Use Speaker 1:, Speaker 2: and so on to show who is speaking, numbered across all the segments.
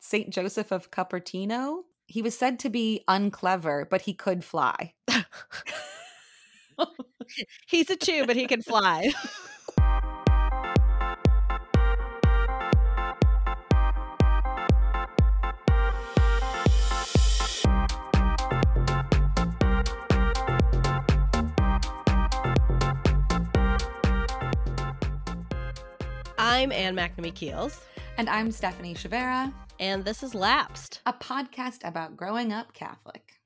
Speaker 1: St. Joseph of Cupertino. He was said to be unclever, but he could fly.
Speaker 2: He's a two, but he can fly. I'm Anne McNamee Keels,
Speaker 1: And I'm Stephanie Chavera,
Speaker 2: and this is Lapsed.
Speaker 1: a podcast about growing up Catholic.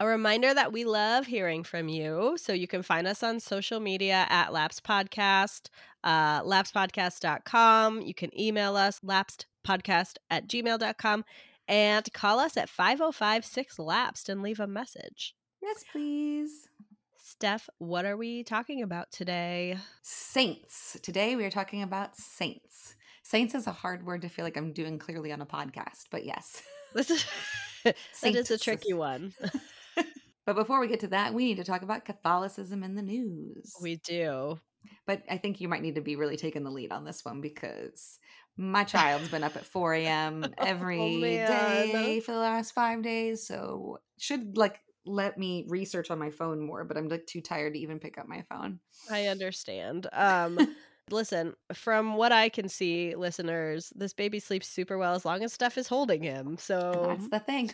Speaker 2: A reminder that we love hearing from you. So you can find us on social media at Lapsed Podcast, uh, lapsedpodcast.com. You can email us, lapsedpodcast at gmail.com, and call us at 505 6 Lapsed and leave a message.
Speaker 1: Yes, please.
Speaker 2: Steph, what are we talking about today?
Speaker 1: Saints. Today we are talking about saints. Saints is a hard word to feel like I'm doing clearly on a podcast, but yes.
Speaker 2: This is, that is a
Speaker 1: Saints.
Speaker 2: tricky one.
Speaker 1: But before we get to that, we need to talk about Catholicism in the news.
Speaker 2: We do.
Speaker 1: but I think you might need to be really taking the lead on this one because my child's been up at 4 a.m. every day
Speaker 2: Oh, man.
Speaker 1: for the last five days. So should like let me research on my phone more, but I'm like too tired to even pick up my phone.
Speaker 2: I understand. Um, listen, from what I can see, listeners, this baby sleeps super well as long as stuff is holding him. So
Speaker 1: That's the thing.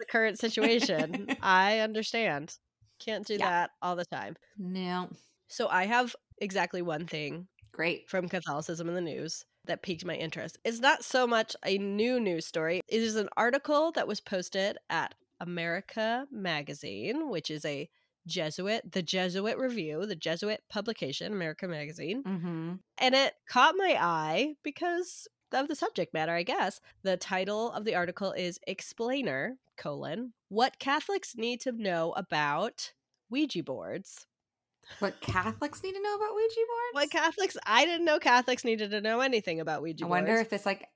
Speaker 2: the current situation, I understand. Can't do
Speaker 1: Yeah.
Speaker 2: that all the time.
Speaker 1: No.
Speaker 2: So I have exactly one thing
Speaker 1: Great.
Speaker 2: from Catholicism in the news that piqued my interest. It's not so much a new news story. It is an article that was posted at America Magazine, which is a Jesuit, the Jesuit Review, the Jesuit publication, America Magazine
Speaker 1: Mm-hmm.
Speaker 2: and it caught my eye because of the subject matter i guess the title of the article is explainer colon what catholics need to know about ouija boards
Speaker 1: What Catholics need to know about Ouija boards?
Speaker 2: what catholics i didn't know catholics needed to know anything about ouija
Speaker 1: I wonder
Speaker 2: boards
Speaker 1: if this like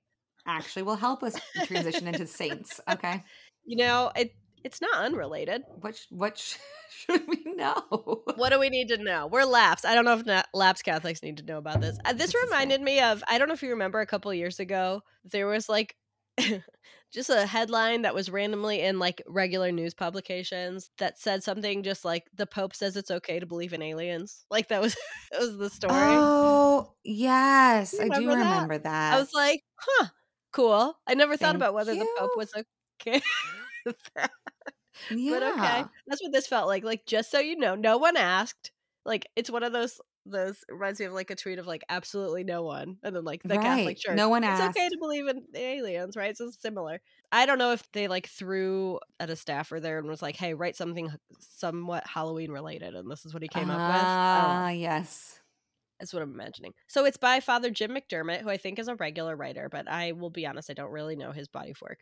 Speaker 1: actually will help us transition into saints. Okay.
Speaker 2: you know it it's not unrelated
Speaker 1: What sh- what sh- should we know?
Speaker 2: what do we need to know? We're laps. I don't know if na- laps Catholics need to know about this. Uh,
Speaker 1: This
Speaker 2: this
Speaker 1: is
Speaker 2: reminded me of I don't know if you remember a couple years ago there was like just a headline that was randomly in like regular news publications that said something just like the Pope says it's okay to believe in aliens. Like that was that was the story.
Speaker 1: Oh yes,
Speaker 2: You
Speaker 1: I do
Speaker 2: remember that?
Speaker 1: remember that.
Speaker 2: I was like, huh, cool. I never thought
Speaker 1: Thank
Speaker 2: about whether the Pope
Speaker 1: you.
Speaker 2: was okay. with that.
Speaker 1: yeah.
Speaker 2: but okay that's what this felt like like just so you know no one asked like it's one of those those reminds me of like a tweet of like absolutely no one and then like the
Speaker 1: Right.
Speaker 2: catholic church
Speaker 1: No one
Speaker 2: it's
Speaker 1: asked.
Speaker 2: okay to believe in the aliens right so it's similar i don't know if they like threw at a staffer there and was like hey write something h- somewhat halloween related and this is what he came up with oh. I don't know.
Speaker 1: Ah, yes.
Speaker 2: That's what I'm imagining. So it's by Father Jim McDermott, who I think is a regular writer, but I will be honest, I don't really know his body of work.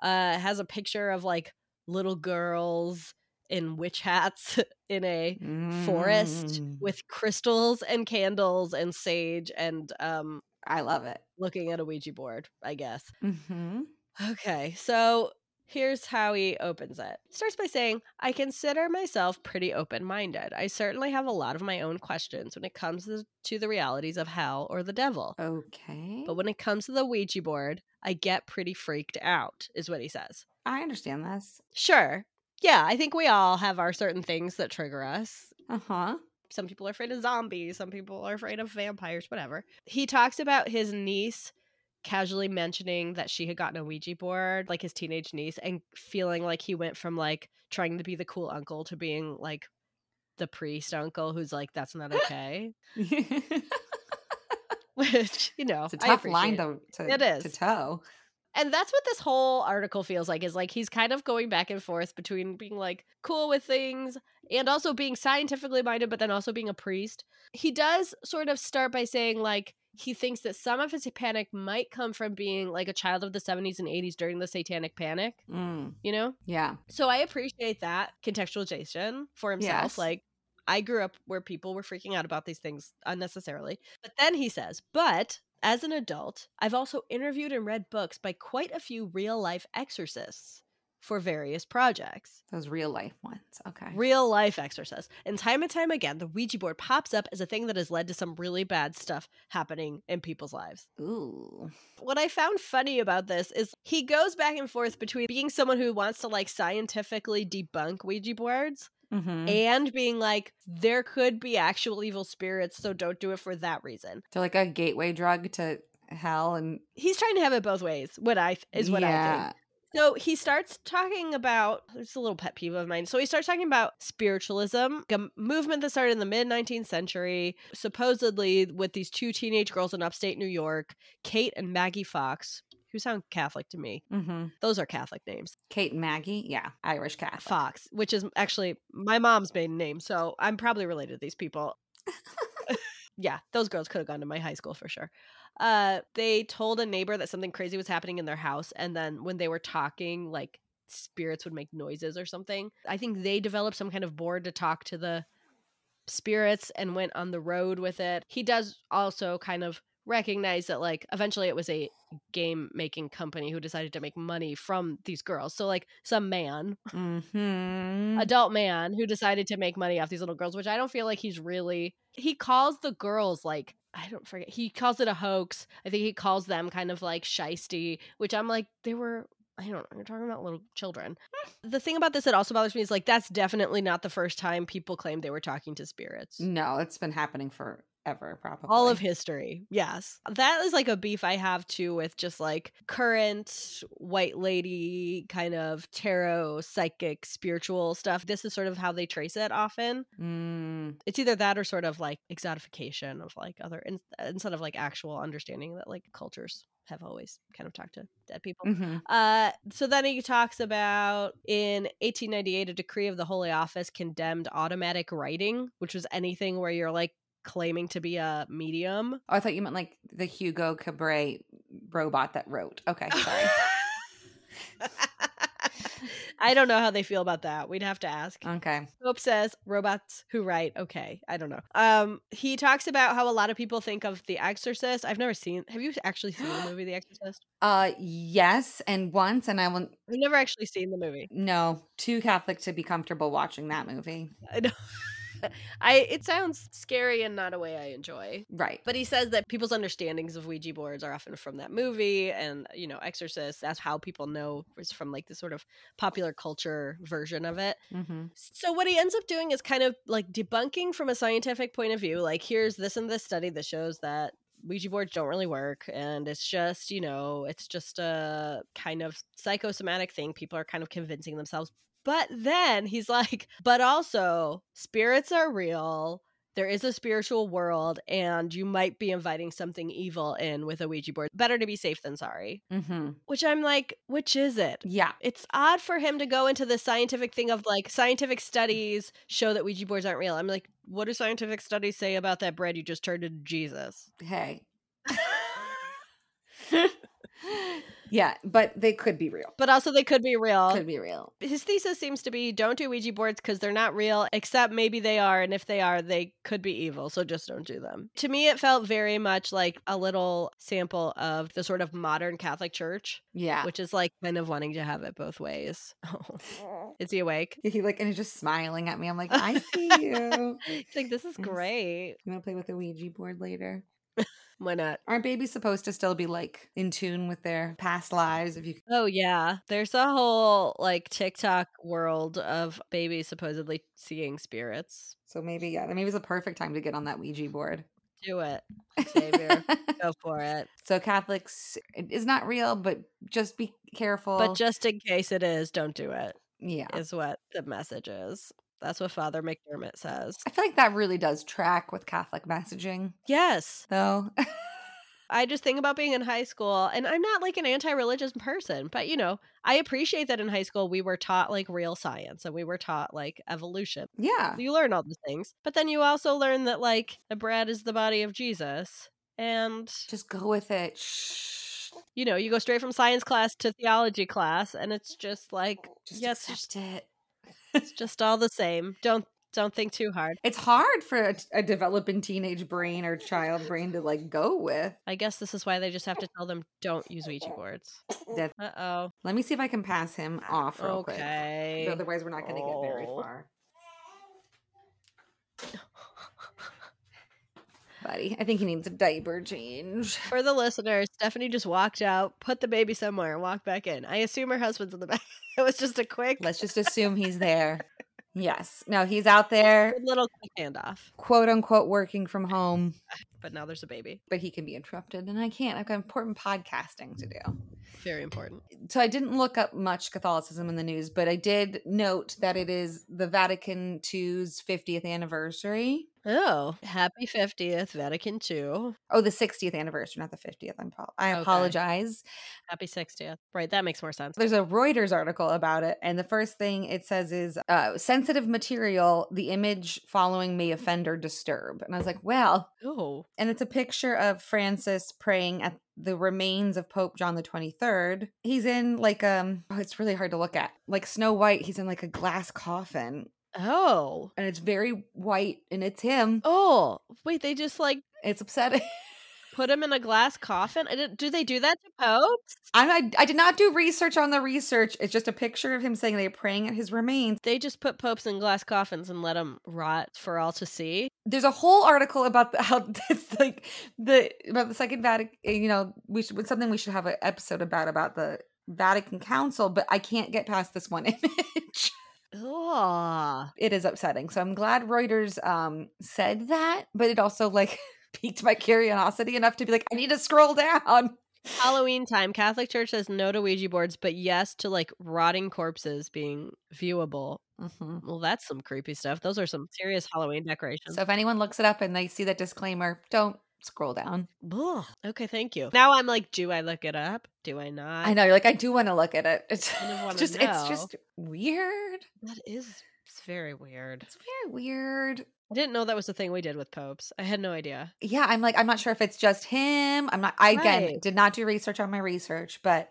Speaker 2: Uh, it has a picture of like little girls in witch hats in a forest
Speaker 1: Mm,
Speaker 2: with crystals and candles and sage and um,
Speaker 1: I love it.
Speaker 2: looking at a Ouija board, I guess.
Speaker 1: hmm
Speaker 2: Okay, so here's how he opens it. Starts by saying, I consider myself pretty open minded. I certainly have a lot of my own questions when it comes to- to the realities of hell or the devil.
Speaker 1: Okay.
Speaker 2: But when it comes to the Ouija board, I get pretty freaked out, is what he says.
Speaker 1: I understand this.
Speaker 2: Sure. Yeah, I think we all have our certain things that trigger us
Speaker 1: Uh huh.
Speaker 2: some people are afraid of zombies some people are afraid of vampires whatever he talks about his niece casually mentioning that she had gotten a ouija board like his teenage niece and feeling like he went from like trying to be the cool uncle to being like the priest uncle who's like that's not okay
Speaker 1: it's
Speaker 2: which you know
Speaker 1: a
Speaker 2: I
Speaker 1: tough line
Speaker 2: appreciate.
Speaker 1: to, to
Speaker 2: It
Speaker 1: to
Speaker 2: is.
Speaker 1: toe.
Speaker 2: and that's what this whole article feels like is like he's kind of going back and forth between being like cool with things and also being scientifically minded but then also being a priest he does sort of start by saying like he thinks that some of his panic might come from being like a child of the 70s and 80s during the satanic panic
Speaker 1: Mm,
Speaker 2: you know
Speaker 1: yeah.
Speaker 2: so i appreciate that contextualization for himself
Speaker 1: Yes.
Speaker 2: like i grew up where people were freaking out about these things unnecessarily but then he says but as an adult i've also interviewed and read books by quite a few real life exorcists for various projects.
Speaker 1: Those real life ones. Okay.
Speaker 2: Real life exorcists. And time and time again, the Ouija board pops up as a thing that has led to some really bad stuff happening in people's lives.
Speaker 1: Ooh.
Speaker 2: What I found funny about this is he goes back and forth between being someone who wants to like scientifically debunk Ouija boards
Speaker 1: Mm-hmm.
Speaker 2: and being like, there could be actual evil spirits, so don't do it for that reason.
Speaker 1: They're like a gateway drug to hell and
Speaker 2: He's trying to have it both ways. What I is what I think. So he starts talking about it's a little pet peeve of mine. So he starts talking about spiritualism, a movement that started in the mid 19th century, supposedly with these two teenage girls in upstate New York, Kate and Maggie Fox, who sound Catholic to me.
Speaker 1: think. Mm-hmm.
Speaker 2: Those are Catholic names.
Speaker 1: Kate and Maggie. Yeah. Irish Catholic.
Speaker 2: Fox, which is actually my mom's maiden name, so I'm probably related to these people. yeah, those girls could have gone to my high school for sure. Uh, they told a neighbor that something crazy was happening in their house, and then when they were talking, like spirits would make noises or something. I think they developed some kind of board to talk to the spirits and went on the road with it. He does also kind of recognize that like eventually it was a game making company who decided to make money from these girls. So like some man
Speaker 1: Mm-hmm.
Speaker 2: adult man who decided to make money off these little girls, which I don't feel like he's really. He calls the girls like I don't forget. He calls it a hoax. I think he calls them kind of like shisty, which I'm like they were. I don't know. You're talking about little children. the thing about this that also bothers me is like that's definitely not the first time people claimed they were talking to spirits.
Speaker 1: No, it's been happening forever, probably.
Speaker 2: All of history. Yes. That is like a beef I have too with just like current white lady kind of tarot, psychic, spiritual stuff. This is sort of how they trace it often.
Speaker 1: Mm,
Speaker 2: It's either that or sort of like exotification of like other, in- instead of like actual understanding that like cultures have always kind of talked to dead people.
Speaker 1: mhm.
Speaker 2: Uh, so then he talks about in 1898, a decree of the Holy Office condemned automatic writing, which was anything where you're like claiming to be a medium.
Speaker 1: Oh, I thought you meant like the Hugo Cabret robot that wrote. Okay, sorry.
Speaker 2: I don't know how they feel about that. We'd have to ask.
Speaker 1: okay.
Speaker 2: Hope says robots who write. Okay, I don't know. Um, he talks about how a lot of people think of The Exorcist. I've never seen. Have you actually seen the movie The Exorcist?
Speaker 1: Uh yes, and once and I will
Speaker 2: I've never actually seen the movie.
Speaker 1: no, too Catholic to be comfortable watching that movie.
Speaker 2: I know. I it sounds scary and not a way I enjoy.
Speaker 1: Right.
Speaker 2: But he says that people's understandings of Ouija boards are often from that movie and, you know, Exorcist. That's how people know is from like the sort of popular culture version of it.
Speaker 1: Mm-hmm.
Speaker 2: So what he ends up doing is kind of like debunking from a scientific point of view. Like, here's this and this study that shows that Ouija boards don't really work. And it's just, you know, it's just a kind of psychosomatic thing. People are kind of convincing themselves. But then he's like, but also, spirits are real. There is a spiritual world, and you might be inviting something evil in with a Ouija board. Better to be safe than sorry.
Speaker 1: Mm-hmm.
Speaker 2: Which I'm like, which is it?
Speaker 1: Yeah.
Speaker 2: it's odd for him to go into the scientific thing of like scientific studies show that Ouija boards aren't real. I'm like, what do scientific studies say about that bread you just turned into Jesus?
Speaker 1: Hey. yeah, but they could be real.
Speaker 2: But also, they could be real.
Speaker 1: Could be real.
Speaker 2: His thesis seems to be don't do Ouija boards because they're not real, except maybe they are. And if they are, they could be evil. So just don't do them. To me, it felt very much like a little sample of the sort of modern Catholic Church,
Speaker 1: Yeah.
Speaker 2: which is like kind of wanting to have it both ways. is he awake?
Speaker 1: he like and he's just smiling at me. I'm like, I see you.
Speaker 2: He's like, this is
Speaker 1: Yes.
Speaker 2: great.
Speaker 1: You want to play with the Ouija board later?
Speaker 2: Why not?
Speaker 1: Aren't babies supposed to still be like in tune with their past lives? If you
Speaker 2: Oh yeah, there's a whole like TikTok world of babies supposedly seeing spirits.
Speaker 1: so, maybe yeah, maybe it's a perfect time to get on that Ouija board.
Speaker 2: Do it, Savior. Go for it.
Speaker 1: so Catholics it is not real, but just be careful.
Speaker 2: But just in case it is, don't do it.
Speaker 1: yeah,
Speaker 2: Is what the message is. That's what Father McDermott says.
Speaker 1: I feel like that really does track with Catholic messaging,
Speaker 2: Yes,
Speaker 1: though.
Speaker 2: I just think about being in high school, and I'm not like an anti-religious person, but you know, I appreciate that in high school we were taught like real science and we were taught like evolution.
Speaker 1: yeah,
Speaker 2: you learn all these things but then you also learn that like the bread is the body of jesus and
Speaker 1: just go with it. Shh.
Speaker 2: you know you go straight from science class to theology class and it's just like
Speaker 1: Just
Speaker 2: Yes.
Speaker 1: accept it.
Speaker 2: it's just all the same don't Don't think too hard.
Speaker 1: It's hard for a, a developing teenage brain or child brain to like go with.
Speaker 2: I guess this is why they just have to tell them don't use Ouija boards.
Speaker 1: That-
Speaker 2: Uh oh.
Speaker 1: Let me see if I can pass him off real
Speaker 2: Okay.
Speaker 1: quick. Otherwise, we're not going to get very
Speaker 2: Oh.
Speaker 1: far. Buddy, I think he needs a diaper change.
Speaker 2: For the listeners, Stephanie just walked out, put the baby somewhere, and walked back in. I assume her husband's in the back. It was just a quick
Speaker 1: Let's just assume he's there. Yes. No, he's out there,
Speaker 2: little quick handoff.
Speaker 1: quote unquote, working from home,
Speaker 2: But now there's a baby.
Speaker 1: but he can be interrupted, and I can't. I've got important podcasting to do.
Speaker 2: Very important.
Speaker 1: so I didn't look up much Catholicism in the news, but I did note that it is the Vatican II's 50th anniversary.
Speaker 2: Oh, happy 50th, Vatican II.
Speaker 1: Oh, the 60th anniversary, not the 50th. I'm apo- I
Speaker 2: Okay.
Speaker 1: apologize.
Speaker 2: Happy 60th. Right, that makes more sense.
Speaker 1: There's a Reuters article about it, and the first thing it says is uh, sensitive material, the image following may offend or disturb. And I was like, well,
Speaker 2: Oh,
Speaker 1: and it's a picture of Francis praying at the remains of Pope John the 23rd. He's in like um oh, it's really hard to look at. Like Snow White, he's in like a glass coffin
Speaker 2: oh,
Speaker 1: and it's very white and it's him.
Speaker 2: oh. Wait, they just like
Speaker 1: It's upsetting.
Speaker 2: put him in a glass coffin? I didn't, do they do that to popes?
Speaker 1: I'm, I I did not do research on the research. It's just a picture of him saying they're praying at his remains.
Speaker 2: They just put popes in glass coffins and let them rot for all to see.
Speaker 1: There's a whole article about the, how it's like the about the Second Vatican. You know, we should it's something we should have an episode about about the Vatican Council. But I can't get past this one image.
Speaker 2: Oh,
Speaker 1: it is upsetting. So I'm glad Reuters um said that, but it also like piqued my curiosity enough to be like, I need to scroll down.
Speaker 2: Halloween time. Catholic Church says no to Ouija boards, but yes to like rotting corpses being viewable.
Speaker 1: Mm-hmm.
Speaker 2: Well, that's some creepy stuff. Those are some serious Halloween decorations.
Speaker 1: So if anyone looks it up and they see that disclaimer, don't scroll down.
Speaker 2: Ugh. Okay, thank you. Now I'm like, do I look it up? Do I not?
Speaker 1: I know you're like I do want to look at it. It's
Speaker 2: Kind of wanna
Speaker 1: just it's
Speaker 2: know.
Speaker 1: just weird.
Speaker 2: That is it's very weird.
Speaker 1: It's very weird.
Speaker 2: I didn't know that was the thing we did with popes. I had no idea.
Speaker 1: Yeah, I'm like I'm not sure if it's just him. I'm not. I again
Speaker 2: Right.
Speaker 1: did not do research on my research, but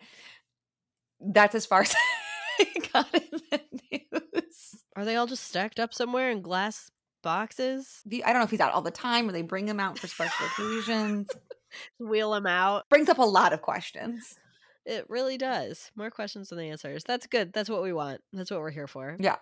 Speaker 1: that's as far as I got in the news.
Speaker 2: Are they all just stacked up somewhere in glass boxes?
Speaker 1: The- I don't know if he's out all the time or they bring him out for special occasions.
Speaker 2: Wheel them out.
Speaker 1: Brings up a lot of questions.
Speaker 2: It really does. More questions than answers. That's good. That's what we want. That's what we're here for.
Speaker 1: Yeah.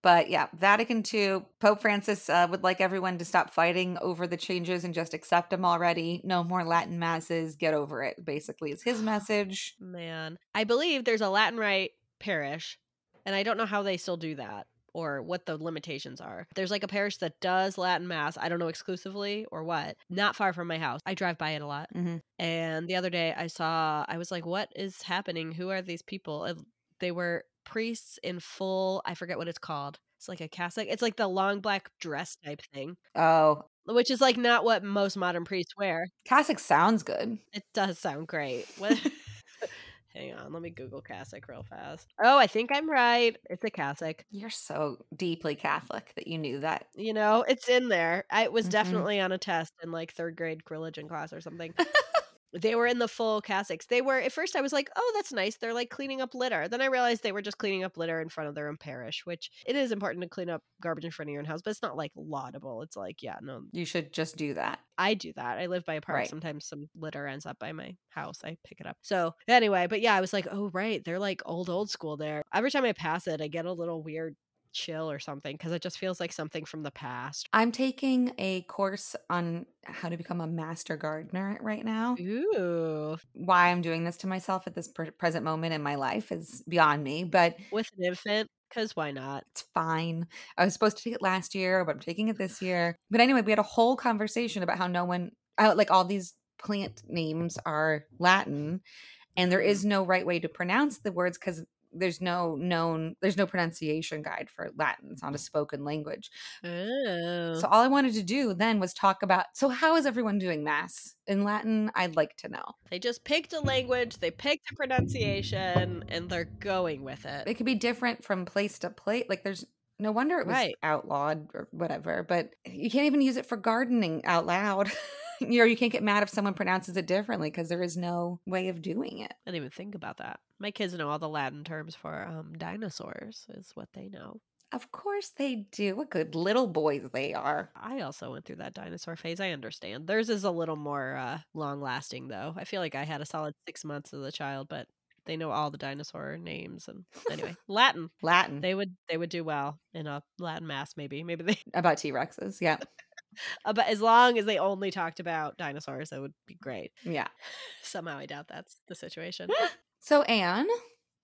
Speaker 1: but yeah, Vatican II, Pope Francis uh, would like everyone to stop fighting over the changes and just accept them already. No more Latin masses. Get over it, basically, is his message.
Speaker 2: Man, I believe there's a Latin Rite parish, and I don't know how they still do that or what the limitations are. There's like a parish that does Latin Mass, I don't know exclusively or what, not far from my house. I drive by it a lot.
Speaker 1: Mhm.
Speaker 2: And the other day I saw, I was like, what is happening? Who are these people? And they were priests in full, I forget what it's called. It's like a cassock, it's like the long black dress type thing,
Speaker 1: Oh,
Speaker 2: which is like not what most modern priests wear.
Speaker 1: Cassock sounds good.
Speaker 2: It does sound great. What? Hang on, let me Google cassock real fast. Oh, I think I'm right. It's a cassock.
Speaker 1: You're so deeply Catholic that you knew that.
Speaker 2: You know, it's in there. I it was
Speaker 1: Mhm.
Speaker 2: definitely on a test in like third grade religion class or something. they were in the full cassocks. They were at first. I was like, "Oh, that's nice. They're like cleaning up litter." Then I realized they were just cleaning up litter in front of their own parish, which it is important to clean up garbage in front of your own house, but it's not like laudable. It's like, yeah, no,
Speaker 1: You should just do that.
Speaker 2: I do that. I live by a park.
Speaker 1: Right.
Speaker 2: Sometimes some litter ends up by my house. I pick it up. So anyway, but yeah, I was like, oh right, they're like old old school there. Every time I pass it, I get a little weird chill or something because it just feels like something from the past.
Speaker 1: I'm taking a course on how to become a master gardener right now.
Speaker 2: Ooh,
Speaker 1: Why I'm doing this to myself at this pre- present moment in my life is beyond me, but
Speaker 2: with an infant, because why not?
Speaker 1: it's fine. I was supposed to take it last year, but I'm taking it this year. But anyway, we had a whole conversation about how no one, uh, like all these plant names are Latin, and there is no right way to pronounce the words because there's no known, there's no pronunciation guide for Latin. It's not a spoken language.
Speaker 2: Oh,
Speaker 1: So all I wanted to do then was talk about so how is everyone doing mass in Latin? I'd like to know.
Speaker 2: they just picked a language, they picked a pronunciation, and they're going with
Speaker 1: It
Speaker 2: it.
Speaker 1: could be different from place to place. Like there's no wonder it was
Speaker 2: Right.
Speaker 1: outlawed or whatever, but you can't even use it for gardening out loud. you know, you can't get mad if someone pronounces it differently because there is no way of doing it.
Speaker 2: I didn't even think about that. My kids know all the Latin terms for um, dinosaurs, is what they know.
Speaker 1: Of course they do. What good little boys they are.
Speaker 2: I also went through that dinosaur phase. I understand. Theirs is a little more uh, long lasting, though. I feel like I had a solid six months as a child, but they know all the dinosaur names. And anyway, Latin.
Speaker 1: Latin.
Speaker 2: They would they would do well in a Latin mass, maybe. Maybe they.
Speaker 1: about T Rexes. Yeah.
Speaker 2: Uh, but as long as they only talked about dinosaurs, that would be great.
Speaker 1: Yeah.
Speaker 2: Somehow, I doubt that's the situation.
Speaker 1: So, Anne,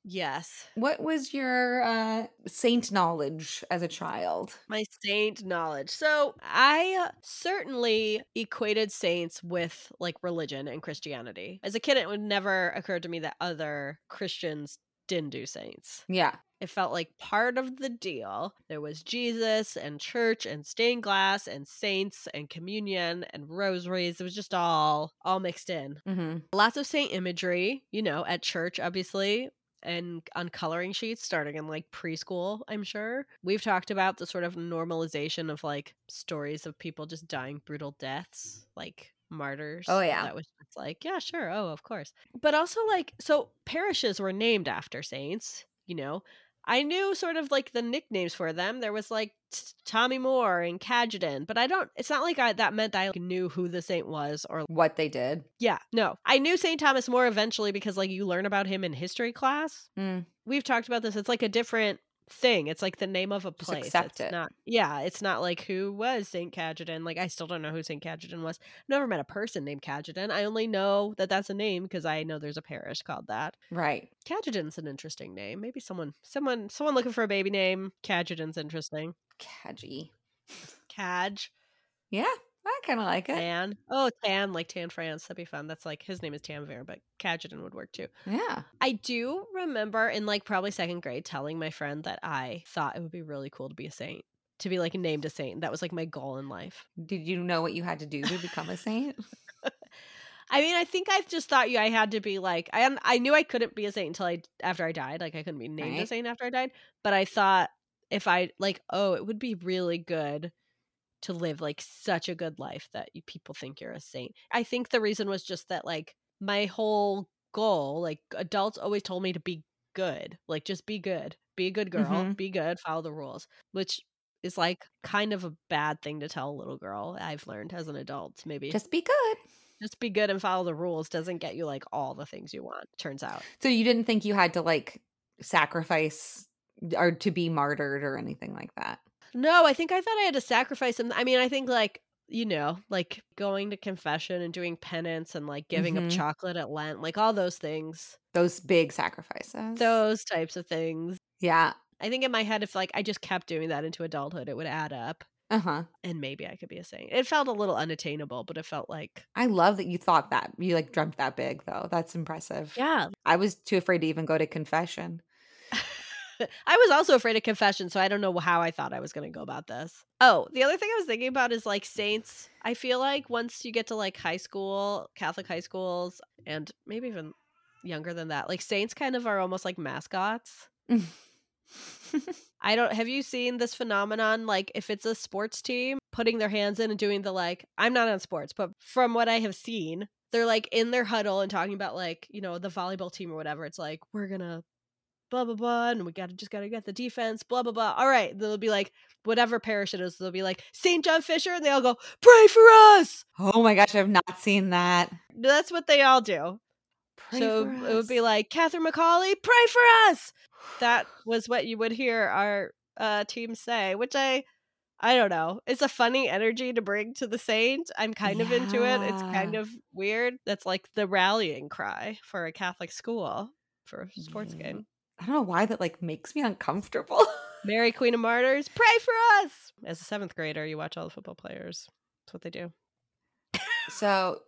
Speaker 2: yes,
Speaker 1: what was your uh, saint knowledge as a child?
Speaker 2: my saint knowledge. So I uh, certainly equated saints with like religion and Christianity. As a kid, it would never occur to me that other Christians didn't do saints.
Speaker 1: Yeah.
Speaker 2: It felt like part of the deal. There was Jesus and church and stained glass and saints and communion and rosaries. It was just all all mixed in.
Speaker 1: Mm-hmm.
Speaker 2: Lots of saint imagery, you know, at church, obviously, and on coloring sheets starting in like preschool, I'm sure. We've talked about the sort of normalization of like stories of people just dying brutal deaths, like martyrs.
Speaker 1: Oh, yeah.
Speaker 2: That was just like, yeah, sure. Oh, of course. But also, like, so parishes were named after saints, you know. I knew sort of like the nicknames for them. There was like t- Tommy Moore and Cadgeton, but I don't, it's not like I, that meant I knew who the saint was or
Speaker 1: What they did.
Speaker 2: yeah, no. I knew St. Thomas More eventually because like you learn about him in history class.
Speaker 1: Mm.
Speaker 2: We've talked about this. It's like a different thing. It's like the name of a
Speaker 1: Just
Speaker 2: place.
Speaker 1: accept
Speaker 2: it's
Speaker 1: it.
Speaker 2: not Yeah, it's not like who was St. Cajetan. Like I still don't know who St. Cajetan was. Never met a person named Cajetan. I only know that that's a name because I know there's a parish called that.
Speaker 1: Right.
Speaker 2: Cajetan's an interesting name. Maybe someone someone someone looking for a baby name. Cajetan's interesting.
Speaker 1: Cadgy.
Speaker 2: Caj.
Speaker 1: Yeah. I kind of like it.
Speaker 2: Tan. Oh, Tan, like Tan France. That'd be fun. That's like his name is Tanvir, but Cajetan would work too.
Speaker 1: Yeah.
Speaker 2: I do remember in like probably second grade telling my friend that I thought it would be really cool to be a saint, to be like named a saint. That was like my goal in life.
Speaker 1: Did you know what you had to do to become a saint?
Speaker 2: I mean, I think I just thought you I had to be like I I knew I couldn't be a saint until I after I died. Like I couldn't be named a
Speaker 1: Right.
Speaker 2: saint after I died, but I thought if I like oh, it would be really good to live like such a good life that you people think you're a saint. I think the reason was just that like my whole goal, like adults always told me to be good. Like just be good. Be a good girl,
Speaker 1: Mhm.
Speaker 2: be good, follow the rules, which is like kind of a bad thing to tell a little girl. I've learned as an adult, maybe
Speaker 1: Just be good.
Speaker 2: just be good and follow the rules doesn't get you like all the things you want turns out
Speaker 1: So you didn't think you had to like sacrifice or to be martyred or anything like that.
Speaker 2: no i think i thought i had to sacrifice some i mean i think like you know like going to confession and doing penance and like giving up
Speaker 1: Mhm.
Speaker 2: chocolate at lent like all those things
Speaker 1: Those big sacrifices.
Speaker 2: those types of things
Speaker 1: yeah.
Speaker 2: i think in my head if like i just kept doing that into adulthood it would add up
Speaker 1: Uh huh.
Speaker 2: and maybe i could be a saint it felt a little unattainable but it felt like
Speaker 1: I love that you thought that. You like dreamt that big though. That's impressive.
Speaker 2: yeah
Speaker 1: I was too afraid to even go to confession.
Speaker 2: I was also afraid of confession, so I don't know how I thought I was going to go about this. Oh, the other thing I was thinking about is like saints. I feel like once you get to like high school, Catholic high schools, and maybe even younger than that, like saints kind of are almost like mascots. I don't have you seen this phenomenon like if it's a sports team putting their hands in and doing the like I'm not on sports but from what I have seen they're like in their huddle and talking about like you know the volleyball team or whatever it's like we're going to blah blah blah and we got to just got to get the defense blah blah blah all right they'll be like whatever parish it is they'll be like St. John Fisher and they all go pray for us
Speaker 1: oh my gosh, I've not seen that.
Speaker 2: that's what they all do
Speaker 1: Pray
Speaker 2: so
Speaker 1: for
Speaker 2: it would be
Speaker 1: us.
Speaker 2: like Catherine McCauley, pray for us. That was what you would hear our uh, team say, which I, I don't know. It's a funny energy to bring to the Saint. I'm kind of into it. It's kind
Speaker 1: Yeah.
Speaker 2: of weird. That's like the rallying cry for a Catholic school for a sports
Speaker 1: Mhm.
Speaker 2: game.
Speaker 1: I don't know why that like makes me uncomfortable.
Speaker 2: Mary Queen of Martyrs, pray for us. As a seventh grader, you watch all the football players. That's what they do.
Speaker 1: so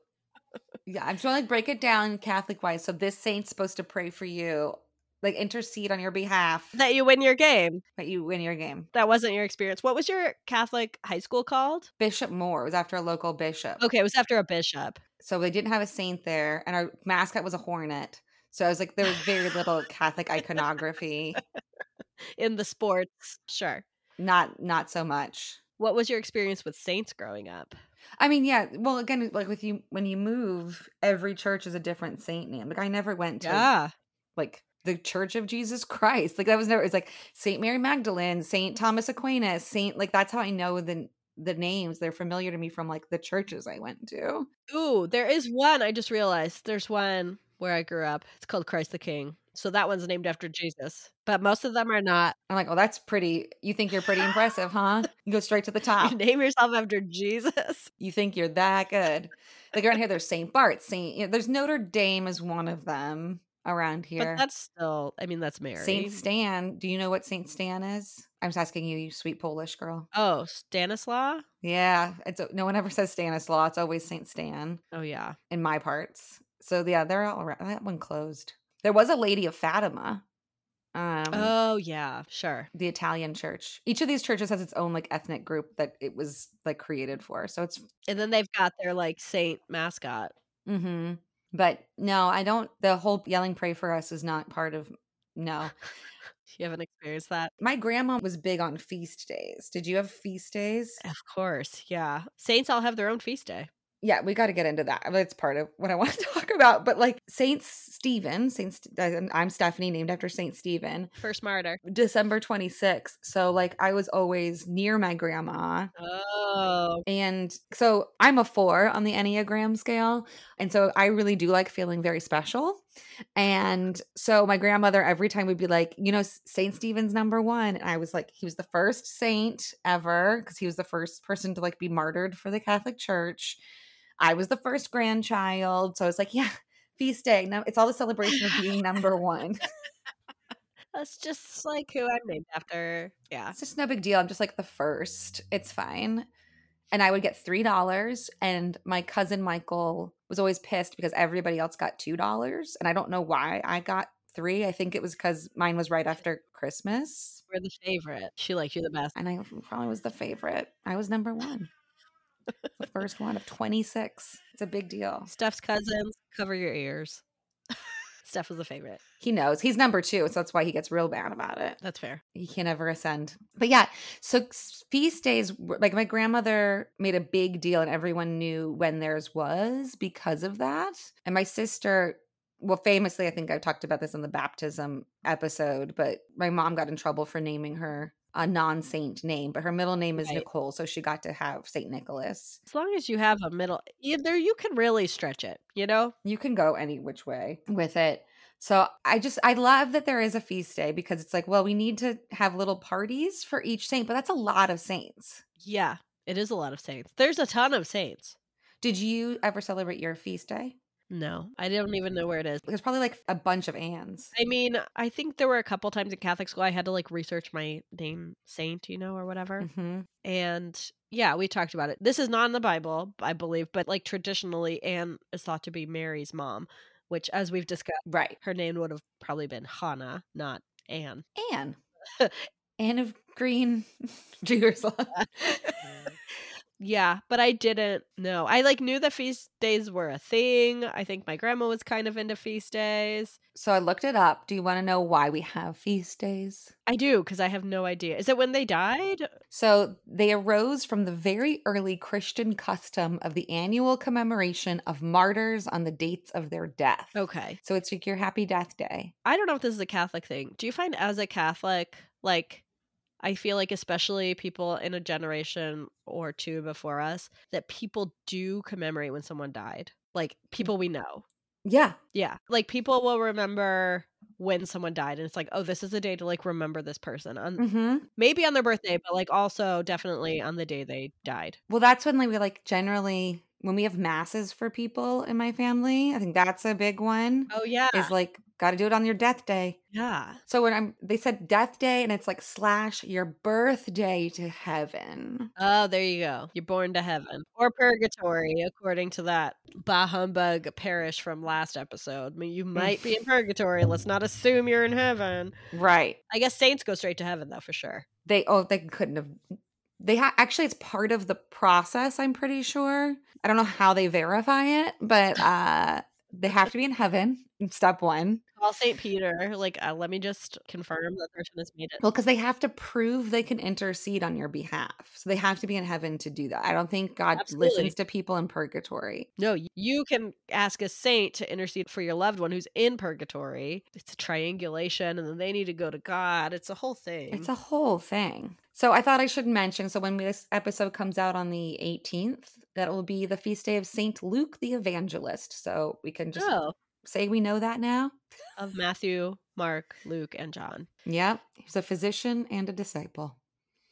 Speaker 1: yeah, I'm trying to like break it down Catholic wise. So this saint's supposed to pray for you, like intercede on your behalf
Speaker 2: That you win your game.
Speaker 1: that you win your game.
Speaker 2: That wasn't your experience. What was your Catholic high school called?
Speaker 1: Bishop Moore was after a local bishop.
Speaker 2: Okay, it was after a bishop.
Speaker 1: So they didn't have a saint there, and our mascot was a hornet. So I was like, there was very little Catholic iconography.
Speaker 2: in the sports. Sure.
Speaker 1: Not not so much.
Speaker 2: What was your experience with saints growing up?
Speaker 1: I mean, yeah. Well, again, like with you, when you move, every church is a different saint name. Like I never went to like the Church of Jesus Christ. Like that was never. It's like Saint Mary Magdalene, Saint Thomas Aquinas, Saint. Like that's how I know the the names. They're familiar to me from like the churches I went to.
Speaker 2: Ooh, there is one. I just realized there's one where I grew up. It's called Christ the King. So that one's named after Jesus, but most of them are not.
Speaker 1: I'm like, oh, that's pretty. You think you're pretty impressive, huh? You go straight to the top.
Speaker 2: You name yourself after Jesus.
Speaker 1: You think you're that good. Like around here, there's Saint Bart, Saint. You know, there's Notre Dame is one of them around here.
Speaker 2: But that's still, I mean, that's Mary.
Speaker 1: Saint Stan. Do you know what Saint Stan is? I'm just asking you, you sweet Polish girl.
Speaker 2: Oh, Stanislaw?
Speaker 1: Yeah, it's no one ever says Stanislaw. It's always Saint Stan
Speaker 2: Oh, yeah.
Speaker 1: in my parts. So yeah, they're all around. That one closed. There was a Lady of Fatima. Um,
Speaker 2: Oh, yeah. Sure.
Speaker 1: the Italian church. Each of these churches has its own like ethnic group that it was like created for. So it's
Speaker 2: And then they've got their like saint mascot.
Speaker 1: mm-hmm. But no, I don't the whole yelling pray for us is not part of no.
Speaker 2: You haven't experienced that?
Speaker 1: My grandma was big on feast days. Did you have feast days?
Speaker 2: Of course. Yeah. Saints all have their own feast day.
Speaker 1: Yeah, we got to get into that. That's part of what I want to talk about. But like Saint Stephen, Saint St- I'm- I'm Stephanie, named after Saint Stephen.
Speaker 2: First martyr.
Speaker 1: December 26th. So like I was always near my grandma.
Speaker 2: Oh.
Speaker 1: And so I'm a four on the Enneagram scale. And so I really do like feeling very special. And so my grandmother, every time would be like, you know, S- St. Stephen's number one. And I was like, he was the first saint ever because he was the first person to like be martyred for the Catholic Church. I was the first grandchild. So I was like, yeah, feast day. No, it's all the celebration of being number one.
Speaker 2: That's just like who I'm named after. Yeah.
Speaker 1: It's just no big deal. I'm just like the first. It's fine. And I would get three dollars. And my cousin Michael was always pissed because everybody else got two dollars. And I don't know why I got three. I think it was because mine was right after Christmas.
Speaker 2: We're the favorite. She likes you the best.
Speaker 1: And I probably was the favorite. I was number one. the first one of 26. It's a big deal.
Speaker 2: Steph's cousins, cover your ears. Steph was the favorite.
Speaker 1: He knows. He's number two. So that's why he gets real bad about it.
Speaker 2: That's fair.
Speaker 1: he can never ascend. But yeah, so s- feast days, w- like my grandmother made a big deal, and everyone knew when theirs was because of that. And my sister, well, famously, I think I've talked about this in the baptism episode, but my mom got in trouble for naming her a non saint name, but her middle name is
Speaker 2: Right.
Speaker 1: Nicole, so she got to have Saint Nicholas.
Speaker 2: As long as you have a middle, either you can really stretch it, you know?
Speaker 1: You can go any which way with it. So I just I love that there is a feast day because it's like, well, we need to have little parties for each saint, but that's a lot of saints.
Speaker 2: Yeah, it is a lot of saints. There's a ton of saints.
Speaker 1: Did you ever celebrate your feast day?
Speaker 2: No, I don't even know where it is.
Speaker 1: There's probably like a bunch of Anne's.
Speaker 2: I mean, I think there were a couple times in Catholic school I had to like research my name saint, you know, or whatever.
Speaker 1: hmm
Speaker 2: And yeah, we talked about it. This is not in the Bible, I believe, but like traditionally, Anne is thought to be Mary's mom, which, as we've discussed,
Speaker 1: Right.
Speaker 2: her name would have probably been Hannah, not Anne.
Speaker 1: Anne. Anne of Green, Jerusalem.
Speaker 2: Yeah, but I didn't know. I like knew that feast days were a thing. I think my grandma was kind of into feast days.
Speaker 1: so I looked it up. Do you want to know why we have feast days?
Speaker 2: I do because I have no idea. Is it when they died?
Speaker 1: So they arose from the very early Christian custom of the annual commemoration of martyrs on the dates of their death.
Speaker 2: Okay.
Speaker 1: So it's like your happy death day.
Speaker 2: I don't know if this is a Catholic thing. Do you find as a Catholic, like, I feel like especially people in a generation or two before us, that people do commemorate when someone died? Like, people we know.
Speaker 1: Yeah.
Speaker 2: Yeah. Like, people will remember when someone died. And it's like, oh, this is a day to, like, remember this person on
Speaker 1: Mm-hmm.
Speaker 2: maybe on their birthday, but like also definitely on the day they died.
Speaker 1: Well, that's when like, we like generally when we have masses for people in my family. I think that's a big one.
Speaker 2: Oh yeah,
Speaker 1: Is like got to do it on your death day.
Speaker 2: yeah.
Speaker 1: So when I'm they said death day and it's like slash your birthday to heaven.
Speaker 2: Oh, there you go. You're born to heaven or purgatory, according to that bah humbug parish from last episode. I mean,
Speaker 1: Mm.
Speaker 2: you might be in purgatory. Let's not assume you're in heaven.
Speaker 1: Right.
Speaker 2: I guess saints go straight to heaven though, for sure.
Speaker 1: They oh they couldn't have they ha- actually it's part of the process, I'm pretty sure. I don't know how they verify it, but uh they have to be in heaven. Step one.
Speaker 2: Call St. Peter. Like, uh, let me just confirm that person has made it.
Speaker 1: Well, because they have to prove they can intercede on your behalf. So they have to be in heaven to do that. I don't think God
Speaker 2: Absolutely.
Speaker 1: listens to people in purgatory.
Speaker 2: No, y- you can ask a saint to intercede for your loved one who's in purgatory. It's a triangulation, and then they need to go to God. It's a whole thing.
Speaker 1: It's a whole thing. So I thought I should mention so when this episode comes out on the 18th, that will be the feast day of Saint Luke the Evangelist. So we can just
Speaker 2: oh,
Speaker 1: say we know that now.
Speaker 2: of Matthew, Mark, Luke, and John.
Speaker 1: Yep. He's a physician and a disciple.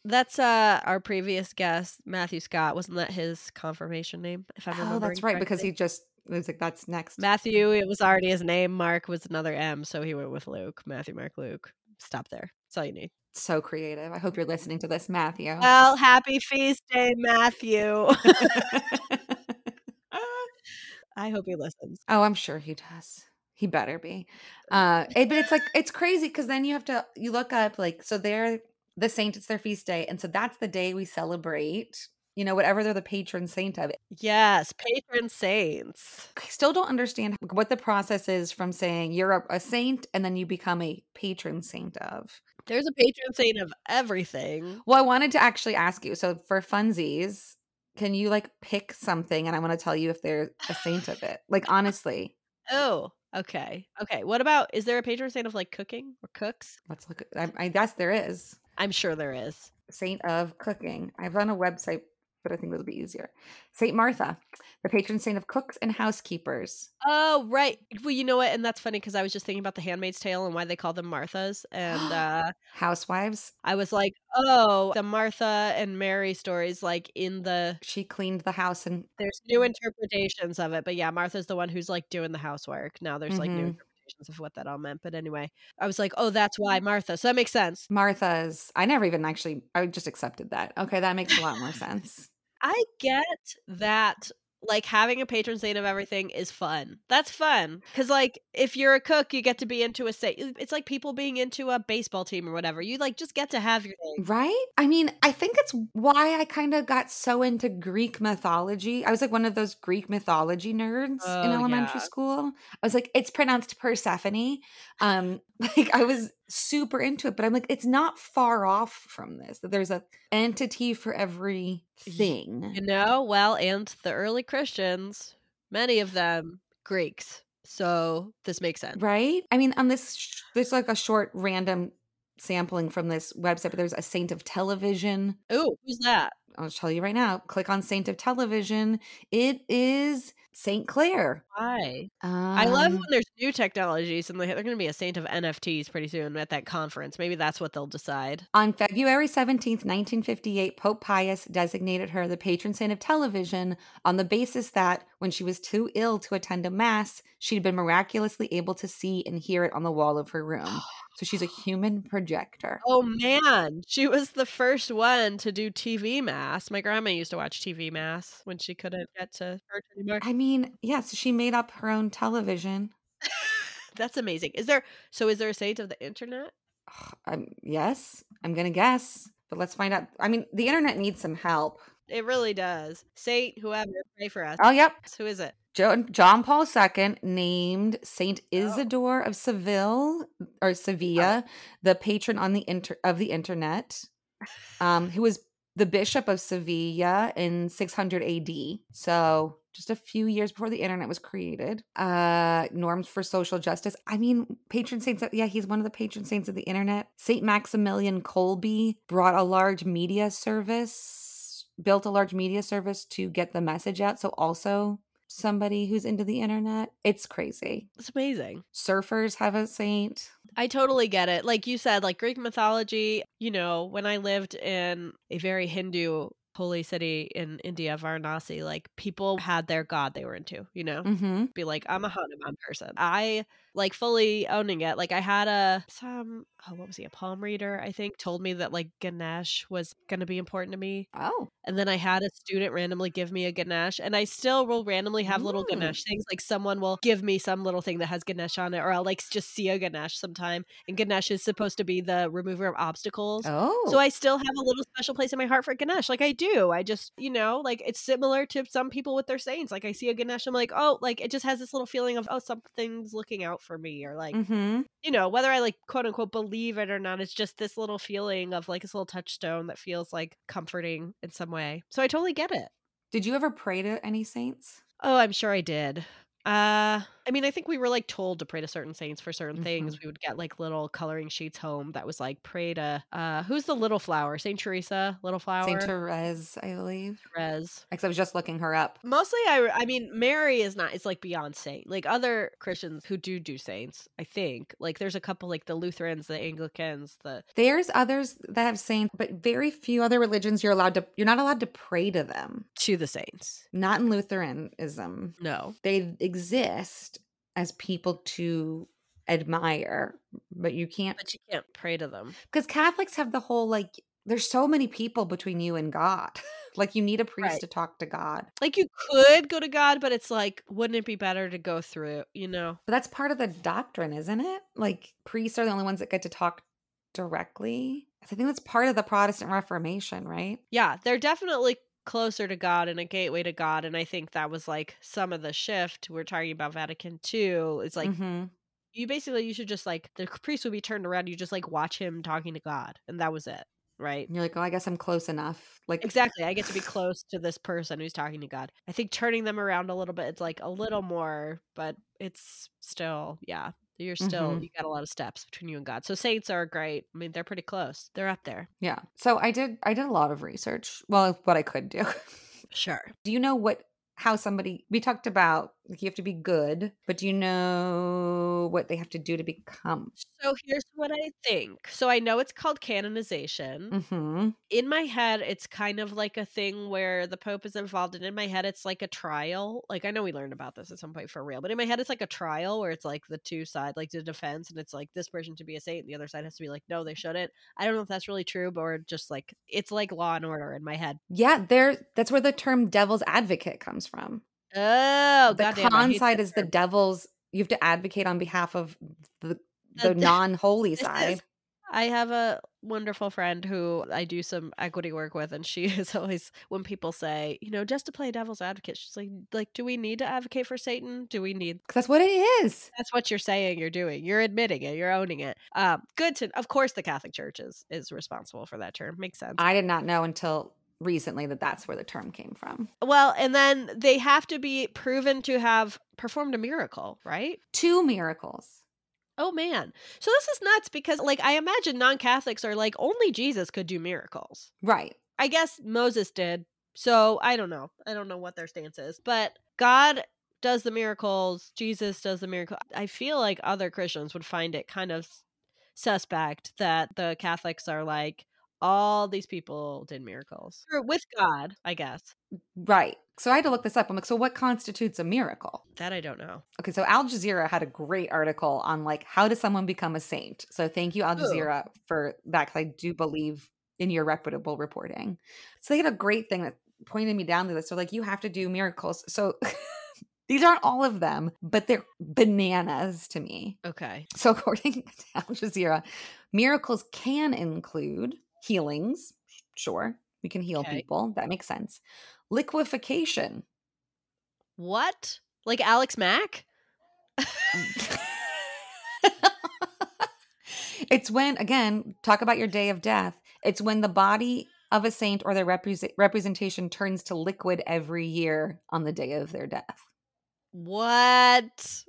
Speaker 2: That's uh our previous guest, Matthew Scott. Wasn't that his confirmation name? If I'm
Speaker 1: Oh,
Speaker 2: remembering
Speaker 1: that's right. Because
Speaker 2: correctly?
Speaker 1: he just was like, that's next.
Speaker 2: Matthew, it was already his name. Mark was another M, so he went with Luke. Matthew, Mark, Luke. Stop there. That's all you need.
Speaker 1: so creative. I hope you're listening to this, Matthew.
Speaker 2: Well, happy feast day, Matthew. I hope he listens.
Speaker 1: Oh, I'm sure he does. He better be. Uh, eh, but it's like it's crazy because then you have to you look up like so they're the saint. It's their feast day, and so that's the day we celebrate. You know, whatever they're the patron saint of.
Speaker 2: Yes, patron saints.
Speaker 1: I still don't understand what the process is from saying you're a, a saint and then you become a patron saint of.
Speaker 2: There's a patron saint of everything.
Speaker 1: Well, I wanted to actually ask you. So for funsies, can you like pick something, and I want to tell you if they're a saint of it. Like honestly,
Speaker 2: Oh, okay. Okay. What about is there a patron saint of like cooking or cooks?
Speaker 1: let's look. at- I, I guess there is.
Speaker 2: I'm sure there is.
Speaker 1: saint of cooking. I've run a website, but I think this will be easier. Saint Martha, the patron saint of cooks and housekeepers.
Speaker 2: Oh, right. Well, you know what? And that's funny because I was just thinking about the Handmaid's Tale and why they call them Marthas. And uh,
Speaker 1: Housewives,
Speaker 2: I was like, oh, the Martha and Mary stories, like in the,
Speaker 1: she cleaned the house and
Speaker 2: there's new interpretations of it. But yeah, Martha's the one who's like doing the housework. Now there's like new
Speaker 1: Mhm.
Speaker 2: interpretations of what that all meant. But anyway, I was like, oh, that's why Martha. So that makes sense.
Speaker 1: Martha's. I never even actually, I just accepted that. Okay, that makes a lot more sense.
Speaker 2: I get that like having a patron saint of everything is fun. That's fun cuz like if you're a cook you get to be into a saint. It's like people being into a baseball team or whatever. You like just get to have your thing.
Speaker 1: Right? I mean, I think it's why I kind of got so into Greek mythology. I was like one of those Greek mythology nerds in
Speaker 2: Oh,
Speaker 1: elementary
Speaker 2: yeah.
Speaker 1: school. I was like, it's pronounced Persephone. Um, like I was super into it, but I'm like, it's not far off from this. That there's a entity for every
Speaker 2: You
Speaker 1: thing.
Speaker 2: know, well, and the early Christians, many of them Greeks. So this makes sense.
Speaker 1: Right? I mean, on this sh- there's like a short random sampling from this website, but there's a saint of television.
Speaker 2: Ooh, who's that?
Speaker 1: I'll tell you right now. Click on Saint of Television. It is Saint Clair.
Speaker 2: Why?
Speaker 1: Um,
Speaker 2: I love when there's new technologies and they- they're going to be a saint of NFTs pretty soon at that conference. Maybe that's what they'll decide.
Speaker 1: on February 17th, 1958, Pope Pius designated her the patron saint of television on the basis that when she was too ill to attend a mass, she'd been miraculously able to see and hear it on the wall of her room. So she's a human projector.
Speaker 2: Oh man, she was the first one to do TV mass. My grandma used to watch TV mass when she couldn't get to church anymore.
Speaker 1: I mean, yeah, so she made up her own television.
Speaker 2: That's amazing. Is there so is there a saint of the internet?
Speaker 1: Ugh, I'm, yes, I'm going to guess, but let's find out. I mean, the internet needs some help.
Speaker 2: It really does. Saint, whoever, pray for us.
Speaker 1: Oh, yep.
Speaker 2: Who is it?
Speaker 1: John, John Paul II named Saint Isidore of Seville or Sevilla the patron on the inter- of the internet, um, who was the bishop of Sevilla in 600 AD. So just a few years before the internet was created. Uh, norms for social justice. I mean, patron saints. of- Yeah, he's one of the patron saints of the internet. Saint Maximilian Colby brought a large media service, built a large media service to get the message out. So also somebody who's into the internet. It's crazy.
Speaker 2: It's amazing.
Speaker 1: Surfers have a saint.
Speaker 2: I totally get it. Like you said, like Greek mythology, you know, when I lived in a very Hindu holy city in India, Varanasi, like people had their god they were into, you know?
Speaker 1: hmm
Speaker 2: be like, I'm a Hanuman person. I like fully owning it. Like I had a some oh what was he a palm reader I think told me that like Ganesh was going to be important to me,
Speaker 1: Oh,
Speaker 2: and then I had a student randomly give me a Ganesh, and I still will randomly have little
Speaker 1: Mm.
Speaker 2: Ganesh things. Like someone will give me some little thing that has Ganesh on it, or I'll like just see a Ganesh sometime. And Ganesh is supposed to be the remover of obstacles.
Speaker 1: oh.
Speaker 2: So I still have a little special place in my heart for Ganesh. Like I do. I just, you know, like it's similar to some people with their saints. Like I see a Ganesh, I'm like, oh, like it just has this little feeling of, oh, something's looking out for me. Or like,
Speaker 1: hmm
Speaker 2: you know, whether I like quote unquote believe it or not, it's just this little feeling of like this little touchstone that feels like comforting in some way. So I totally get it.
Speaker 1: Did you ever pray to any saints?
Speaker 2: Oh, I'm sure I did. Uh, I mean, I think we were like told to pray to certain saints for certain things.
Speaker 1: Mm-hmm.
Speaker 2: We would get like little coloring sheets home that was like pray to uh, who's the little flower? Saint Teresa, little flower,
Speaker 1: Saint Therese, I believe.
Speaker 2: Therese.
Speaker 1: Because I was just looking her up.
Speaker 2: Mostly, I I mean, Mary is not. It's like beyond saint. Like other Christians who do do saints, I think. Like there's a couple like the Lutherans, the Anglicans, the
Speaker 1: There's others that have saints, but very few other religions you're allowed to. You're not allowed to pray to them.
Speaker 2: to the saints.
Speaker 1: Not in Lutheranism.
Speaker 2: No,
Speaker 1: They exist as people to admire, but you can't
Speaker 2: but you can't pray to them.
Speaker 1: because Catholics have the whole like. There's so many people between you and God. like you need a priest
Speaker 2: Right.
Speaker 1: to talk to God.
Speaker 2: Like you could go to God, but it's like, wouldn't it be better to go through? You know.
Speaker 1: But that's part of the doctrine, isn't it? Like priests are the only ones that get to talk directly. I think that's part of the Protestant Reformation, right?
Speaker 2: yeah, they're definitely closer to God and a gateway to God. And I think that was like some of the shift we're talking about Vatican II. It's like
Speaker 1: Mhm.
Speaker 2: you basically you should just like the priest would be turned around, you just like watch him talking to God, and that was it. Right.
Speaker 1: And you're like, oh, I guess I'm close enough. Like
Speaker 2: Exactly. I get to be close to this person who's talking to God. I think turning them around a little bit, it's like a little more, but it's still, yeah. You're still
Speaker 1: Mhm.
Speaker 2: you got a lot of steps between you and God. So saints are great. I mean, they're pretty close. They're up there.
Speaker 1: Yeah. So I did I did a lot of research. Well, what I could do.
Speaker 2: Sure.
Speaker 1: do you know what how somebody we talked about like you have to be good, but do you know what they have to do to become?
Speaker 2: So here's what I think. So I know it's called canonization.
Speaker 1: hmm
Speaker 2: In my head, it's kind of like a thing where the Pope is involved, and in my head, it's like a trial. Like I know we learned about this at some point for real, but in my head, it's like a trial where it's like the two side, like the defense, and it's like this person to be a saint, and the other side has to be like, no, they shouldn't. I don't know if that's really true, but we're just like it's like Law and Order in my head.
Speaker 1: Yeah, there that's where the term devil's advocate comes from.
Speaker 2: Oh,
Speaker 1: the
Speaker 2: goddamn, I
Speaker 1: con
Speaker 2: hate
Speaker 1: side
Speaker 2: that
Speaker 1: is the
Speaker 2: term.
Speaker 1: devil's you have to advocate on behalf of the
Speaker 2: The
Speaker 1: the,
Speaker 2: de-
Speaker 1: non-holy
Speaker 2: This is-
Speaker 1: side.
Speaker 2: I have a wonderful friend who I do some equity work with, and she is always when people say, you know, just to play devil's advocate, she's like, like, do we need to advocate for Satan? Do we need?
Speaker 1: 'Cause That's what it is.
Speaker 2: That's what you're saying. You're doing. You're admitting it. You're owning it. Um, good to. Of course, the Catholic Church is is responsible for that term. Makes sense.
Speaker 1: I did not know until recently that that's where the term came from.
Speaker 2: well, and then they have to be proven to have performed a miracle, right?
Speaker 1: Two miracles.
Speaker 2: Oh man. So this is nuts because, like, I imagine non Catholics are like, only Jesus could do miracles.
Speaker 1: Right.
Speaker 2: I guess Moses did. So I don't know. I don't know what their stance is. But God does the miracles, Jesus does the miracle. I feel like other Christians would find it kind of suspect that the Catholics are like, all these people did miracles Or with God, I guess.
Speaker 1: Right. So I had to look this up. I'm like, so what constitutes a miracle?
Speaker 2: That I don't know.
Speaker 1: Okay, so Al Jazeera had a great article on like how does someone become a saint. So thank you Al
Speaker 2: Ooh.
Speaker 1: Jazeera for that cuz I do believe in your reputable reporting. So they had a great thing that pointed me down to this. So like you have to do miracles. So these aren't all of them, but they're bananas to me.
Speaker 2: Okay.
Speaker 1: So according to Al Jazeera, miracles can include healings, sure. We can heal
Speaker 2: Okay.
Speaker 1: people. That makes sense. Liquefaction,
Speaker 2: What? Like Alex Mack?
Speaker 1: it's when, again, talk about your day of death. It's when the body of a saint or their represe- representation turns to liquid every year on the day of their death.
Speaker 2: What?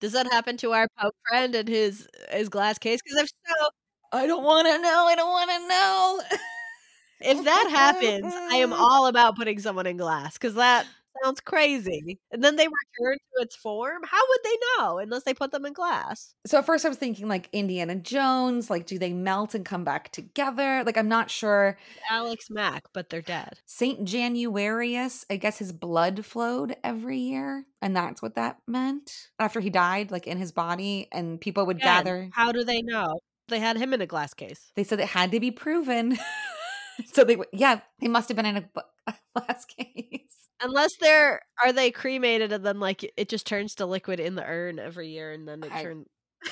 Speaker 2: Does that happen to our Pope friend and his his glass case? Because if so,
Speaker 1: I don't want to know. I don't want to know.
Speaker 2: If that happens, I am all about putting someone in glass because that sounds crazy. And then they return to its form. How would they know unless they put them in glass?
Speaker 1: So at first I was thinking like Indiana Jones, like do they melt and come back together? Like I'm not sure.
Speaker 2: Alex Mack, but they're dead.
Speaker 1: Saint Januarius, I guess his blood flowed every year, and that's what that meant. After he died, like in his body, and people would
Speaker 2: Again,
Speaker 1: gather.
Speaker 2: How do they know? They had him in a glass case.
Speaker 1: They said it had to be proven. so they, w- yeah, they must have been in a, bu- a glass case.
Speaker 2: Unless they're are they cremated and then like it just turns to liquid in the urn every year and then it
Speaker 1: I-
Speaker 2: turns.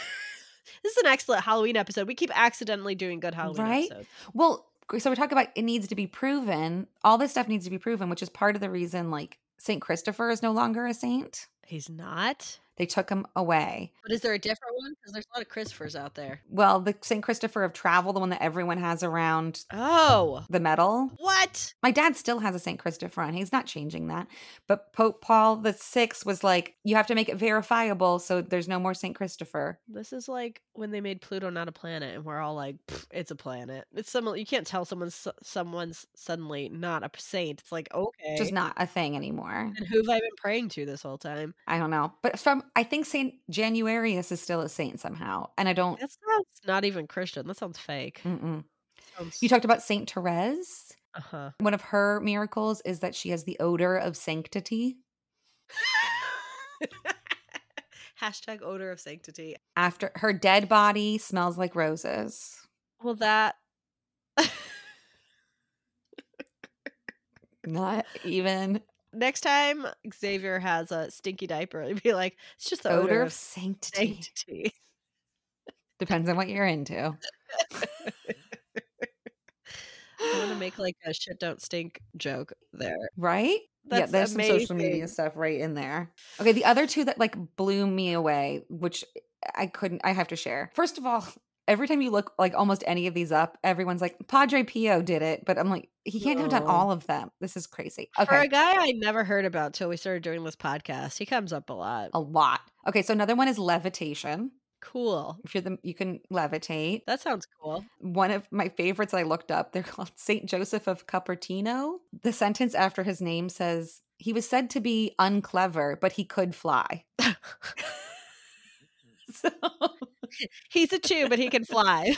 Speaker 2: this is an excellent Halloween episode. We keep accidentally doing good Halloween
Speaker 1: Right?
Speaker 2: episodes.
Speaker 1: Well, so we talk about it needs to be proven. All this stuff needs to be proven, which is part of the reason like Saint Christopher is no longer a saint.
Speaker 2: He's not.
Speaker 1: They took him away.
Speaker 2: But is there a different one? Because there's a lot of Christophers out there.
Speaker 1: Well, the Saint Christopher of travel, the one that everyone has around
Speaker 2: Oh.
Speaker 1: the medal.
Speaker 2: What?
Speaker 1: My dad still has a Saint Christopher on. He's not changing that. But Pope Paul the Sixth was like, you have to make it verifiable, so there's no more Saint Christopher.
Speaker 2: This is like when they made Pluto not a planet, and we're all like, "Pff, "It's a planet." It's similar. You can't tell someone's someone's suddenly not a saint. It's like okay,
Speaker 1: Just not a thing anymore.
Speaker 2: And who have I been praying to this whole time?
Speaker 1: I don't know. But from I think Saint Januarius is still a saint somehow. And I don't
Speaker 2: That sounds not even Christian. That sounds fake.
Speaker 1: mm-mm.
Speaker 2: Sounds,
Speaker 1: Mm. you talked about Saint Therese.
Speaker 2: uh-huh.
Speaker 1: One of her miracles is that she has the odor of sanctity.
Speaker 2: Hashtag odor of sanctity.
Speaker 1: After her dead body smells like roses.
Speaker 2: Well, that
Speaker 1: Not even
Speaker 2: next time Xavier has a stinky diaper, it'd be like it's just the
Speaker 1: odor,
Speaker 2: odor,
Speaker 1: of
Speaker 2: of
Speaker 1: sanctity.
Speaker 2: sanctity.
Speaker 1: Depends on what you're into.
Speaker 2: I want to make like a shit don't stink joke there.
Speaker 1: right? yeah,
Speaker 2: That's
Speaker 1: there's some social media
Speaker 2: amazing.
Speaker 1: stuff right in there. Okay, the other two that like blew me away, which I couldn't I have to share. First of all, every time you look like almost any of these up, everyone's like Padre Pio did it, but I'm like he can't have done
Speaker 2: No.
Speaker 1: all of them. This is crazy. Okay.
Speaker 2: For a guy I never heard about till we started doing this podcast, he comes up a lot.
Speaker 1: a lot. Okay, so another one is levitation.
Speaker 2: Cool.
Speaker 1: If you're the you can levitate.
Speaker 2: That sounds cool.
Speaker 1: One of my favorites I looked up, they're called Saint Joseph of Cupertino. The sentence after his name says he was said to be unclever, but he could fly. So
Speaker 2: He's a chew, but he can fly.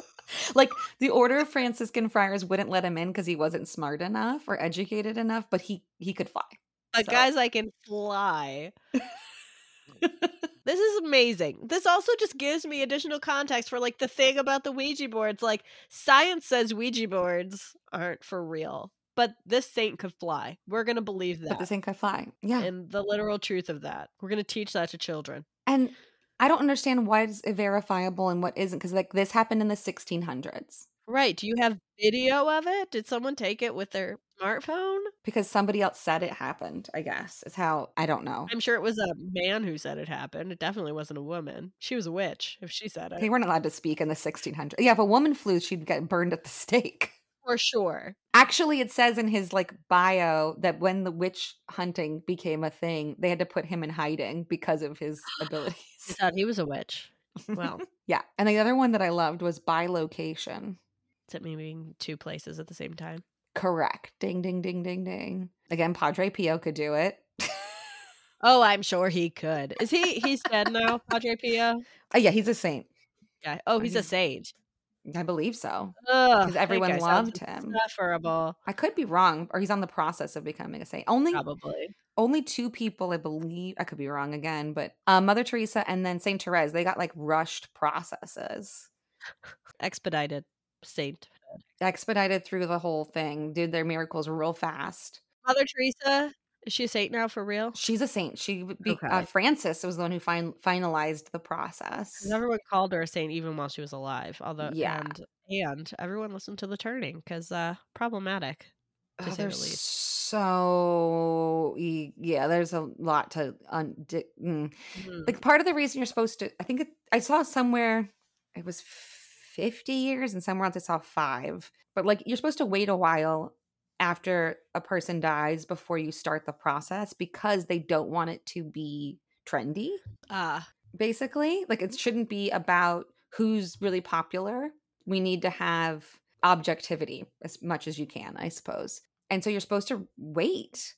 Speaker 1: like the order of franciscan friars wouldn't let him in because he wasn't smart enough or educated enough but he he could fly
Speaker 2: but
Speaker 1: So-
Speaker 2: guys, I can fly. this is amazing. This also just gives me additional context for like the thing about the Ouija boards. Like science says Ouija boards aren't for real, but this saint could fly. We're gonna believe
Speaker 1: but the
Speaker 2: that
Speaker 1: saint could fly yeah and,
Speaker 2: and the literal truth of that. We're gonna teach that to children.
Speaker 1: i don't understand what is verifiable and what isn't because like this happened in the 1600s
Speaker 2: Right. Do you have video of it? Did someone take it with their smartphone?
Speaker 1: because somebody else said it happened i guess is how i don't know
Speaker 2: I'm sure it was a man who said it happened. It definitely wasn't a woman. She was a witch if she said
Speaker 1: they
Speaker 2: it.
Speaker 1: weren't allowed to speak in the 1600s yeah if a woman flew she'd get burned at the stake
Speaker 2: For sure.
Speaker 1: Actually, it says in his like bio that when the witch hunting became a thing, they had to put him in hiding because of his
Speaker 2: He
Speaker 1: abilities.
Speaker 2: thought he was a witch. Well,
Speaker 1: yeah. And the other one that I loved was by location.
Speaker 2: it's at me being two places at the same time.
Speaker 1: Correct. Ding, ding, ding, ding, ding. Again, Padre Pio could do it.
Speaker 2: Oh, I'm sure he could. Is he he's dead now, Padre Pio?
Speaker 1: oh, yeah, he's a saint.
Speaker 2: Guy. Oh, he's a
Speaker 1: He's-
Speaker 2: saint.
Speaker 1: I believe so.
Speaker 2: Ugh,
Speaker 1: 'Cause
Speaker 2: that
Speaker 1: everyone
Speaker 2: guy sounds
Speaker 1: loved him.
Speaker 2: Insufferable.
Speaker 1: I could be wrong, or he's on the process of becoming a saint. Only
Speaker 2: Probably.
Speaker 1: only two people, I believe. I could be wrong again, but uh, Mother Teresa and then Saint Therese. They got like rushed processes.
Speaker 2: Expedited saint.
Speaker 1: expedited through the whole thing, did their miracles real fast.
Speaker 2: Mother Teresa, is she a saint now for real?
Speaker 1: She's a saint. She would be, uh,
Speaker 2: Okay.
Speaker 1: Francis was the one who fin- finalized the process.
Speaker 2: 'Cause Everyone called her a saint even while she was alive. Although,
Speaker 1: Yeah.
Speaker 2: and, and everyone listened to the turning because uh, problematic.
Speaker 1: Oh,
Speaker 2: to say the
Speaker 1: there's
Speaker 2: least.
Speaker 1: so y- yeah, there's a lot to un- di- mm.
Speaker 2: Mm-hmm.
Speaker 1: like. Part of the reason you're supposed to, I think it, I saw somewhere it was 50 years, and somewhere else I saw five. But like, you're supposed to wait a while after a person dies before you start the process because they don't want it to be trendy.
Speaker 2: Ah,
Speaker 1: basically. Like
Speaker 2: Mm-hmm.
Speaker 1: it shouldn't be about who's really popular. We need to have objectivity as much as you can, I suppose. And so you're supposed to wait.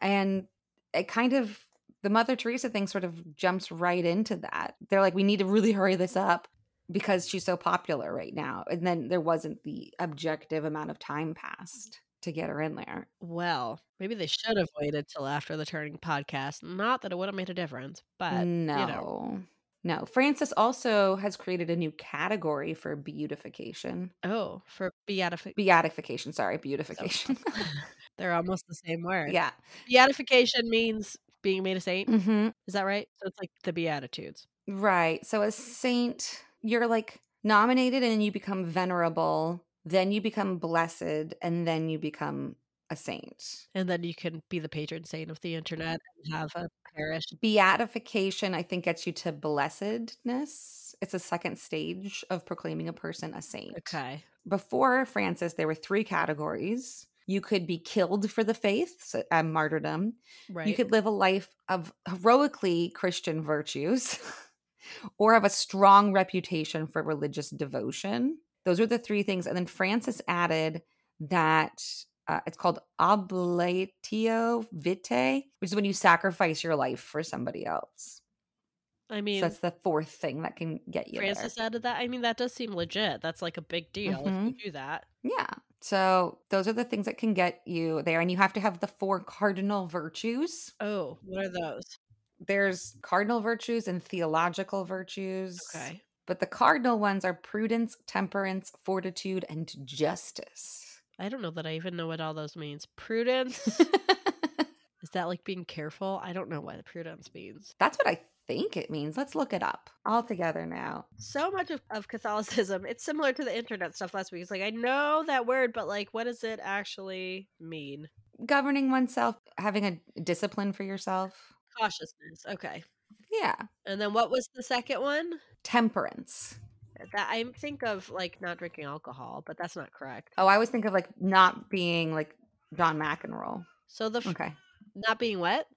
Speaker 1: And it kind of, the Mother Teresa thing sort of jumps right into that. They're like, we need to really hurry this up because she's so popular right now. And then there wasn't the objective amount of time
Speaker 2: Mm-hmm.
Speaker 1: passed to get her in there.
Speaker 2: Well, maybe they should have waited till after the turning podcast. Not that it would have made a difference, but
Speaker 1: no.
Speaker 2: know.
Speaker 1: No. Francis also has created a new category for beautification.
Speaker 2: oh, for beatification.
Speaker 1: Beatification, sorry, beautification.
Speaker 2: They're almost the same word.
Speaker 1: yeah.
Speaker 2: Beatification means being made a saint.
Speaker 1: hmm
Speaker 2: Is that right? So it's like the Beatitudes.
Speaker 1: Right. So a saint, you're like nominated and you become venerable, then you become blessed, and then you become a saint.
Speaker 2: And then you can be the patron saint of the internet and have a parish.
Speaker 1: Beatification, I think, gets you to blessedness. It's a second stage of proclaiming a person a saint.
Speaker 2: Okay.
Speaker 1: Before Francis, there were three categories. You could be killed for the faith, so, uh, martyrdom.
Speaker 2: Right.
Speaker 1: You could live a life of heroically Christian virtues or have a strong reputation for religious devotion. Those are the three things. And then Francis added that uh, it's called oblatio vitae, which is when you sacrifice your life for somebody else.
Speaker 2: I mean,
Speaker 1: so that's the fourth thing that can get you
Speaker 2: Francis
Speaker 1: there.
Speaker 2: added that. I mean, that does seem legit. That's like a big deal if
Speaker 1: Mhm.
Speaker 2: you do that.
Speaker 1: Yeah. So those are the things that can get you there. And you have to have the four cardinal virtues.
Speaker 2: Oh, what are those?
Speaker 1: There's cardinal virtues and theological virtues.
Speaker 2: Okay.
Speaker 1: But the cardinal ones are prudence, temperance, fortitude, and justice.
Speaker 2: I don't know that I even know what all those means. Prudence. Is that like being careful? I don't know what prudence means.
Speaker 1: That's what I think it means. Let's look it up all together now.
Speaker 2: So much of, of Catholicism, it's similar to the internet stuff last week. It's like, I know that word, but like, what does it actually mean?
Speaker 1: Governing oneself, having a discipline for yourself.
Speaker 2: Cautiousness. Okay.
Speaker 1: Yeah.
Speaker 2: And then what was the second one?
Speaker 1: Temperance.
Speaker 2: That I think of like not drinking alcohol, but that's not correct.
Speaker 1: Oh, I always think of like not being like John McEnroe.
Speaker 2: So the f-
Speaker 1: Okay.
Speaker 2: not being what?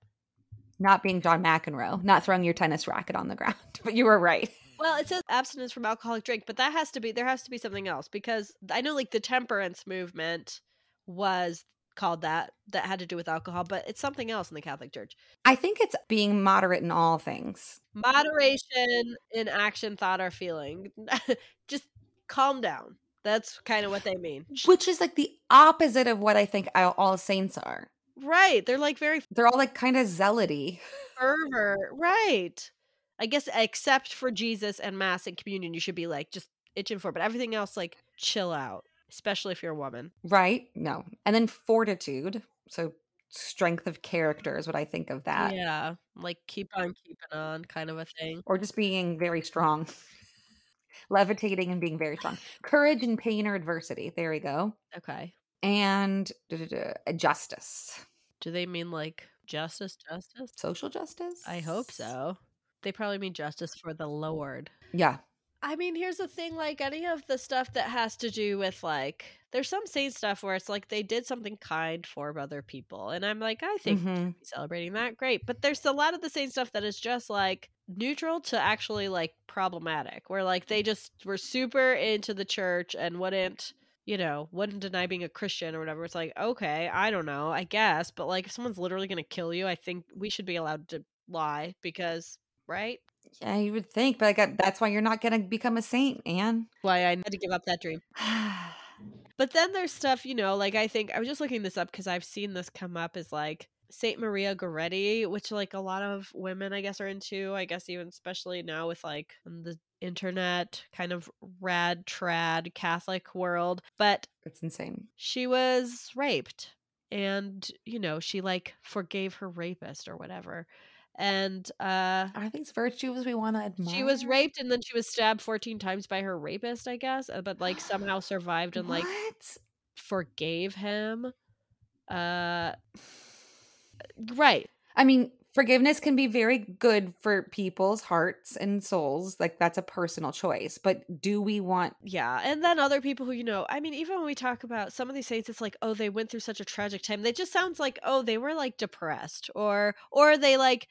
Speaker 1: Not being John McEnroe, not throwing your tennis racket on the ground. But you were right.
Speaker 2: Well, it says abstinence from alcoholic drink, but that has to be there has to be something else because I know like the temperance movement was called that that had to do with alcohol, but it's something else in the Catholic Church.
Speaker 1: I think it's being moderate in all things.
Speaker 2: Moderation in action, thought, or feeling. Just calm down. That's kind of what they mean.
Speaker 1: Which is like the opposite of what I think all- all saints are.
Speaker 2: Right. They're like very
Speaker 1: They're all like kind of zealoty.
Speaker 2: fervor. Right. I guess except for Jesus and Mass and communion, you should be like just itching for, but everything else, like chill out, especially if you're a woman.
Speaker 1: Right? No. And then fortitude. So strength of character is what I think of that.
Speaker 2: yeah, like keep on keeping on kind of a thing.
Speaker 1: Or just being very strong. Levitating and being very strong. Courage in pain or adversity. There we go.
Speaker 2: Okay.
Speaker 1: And duh, duh, duh, uh, justice.
Speaker 2: Do they mean like justice, justice?
Speaker 1: Social justice?
Speaker 2: I hope so. They probably mean justice for the Lord.
Speaker 1: Yeah.
Speaker 2: I mean, here's the thing like any of the stuff that has to do with like there's some saint stuff where it's like they did something kind for other people. And I'm like, I think we
Speaker 1: Mhm.
Speaker 2: should be celebrating that. Great. But there's a lot of the saint stuff that is just like neutral to actually like problematic. Where like they just were super into the church and wouldn't you know, wouldn't deny being a Christian or whatever. It's like, okay, I don't know, I guess, but like if someone's literally going to kill you, I think we should be allowed to lie because, right?
Speaker 1: Yeah, you would think, but I got that's why you're not gonna become a saint, Anne.
Speaker 2: Why I had to give up that dream. But then there's stuff, you know, like I think I was just looking this up because I've seen this come up is like Saint Maria Goretti, which like a lot of women I guess are into. I guess even especially now with like on the internet kind of rad trad Catholic world. But
Speaker 1: it's insane.
Speaker 2: she was raped and you know she like forgave her rapist or whatever and uh
Speaker 1: Are these virtues we want to admire?
Speaker 2: she was raped and then she was stabbed 14 times by her rapist i guess uh, but like somehow survived and like
Speaker 1: What?
Speaker 2: forgave him. Uh right.
Speaker 1: I mean, forgiveness can be very good for people's hearts and souls. Like that's a personal choice. But do we want
Speaker 2: Yeah. And then other people who, you know, I mean, even when we talk about some of these saints, it's like, oh, they went through such a tragic time. They just sounds like, oh, they were like depressed or or they like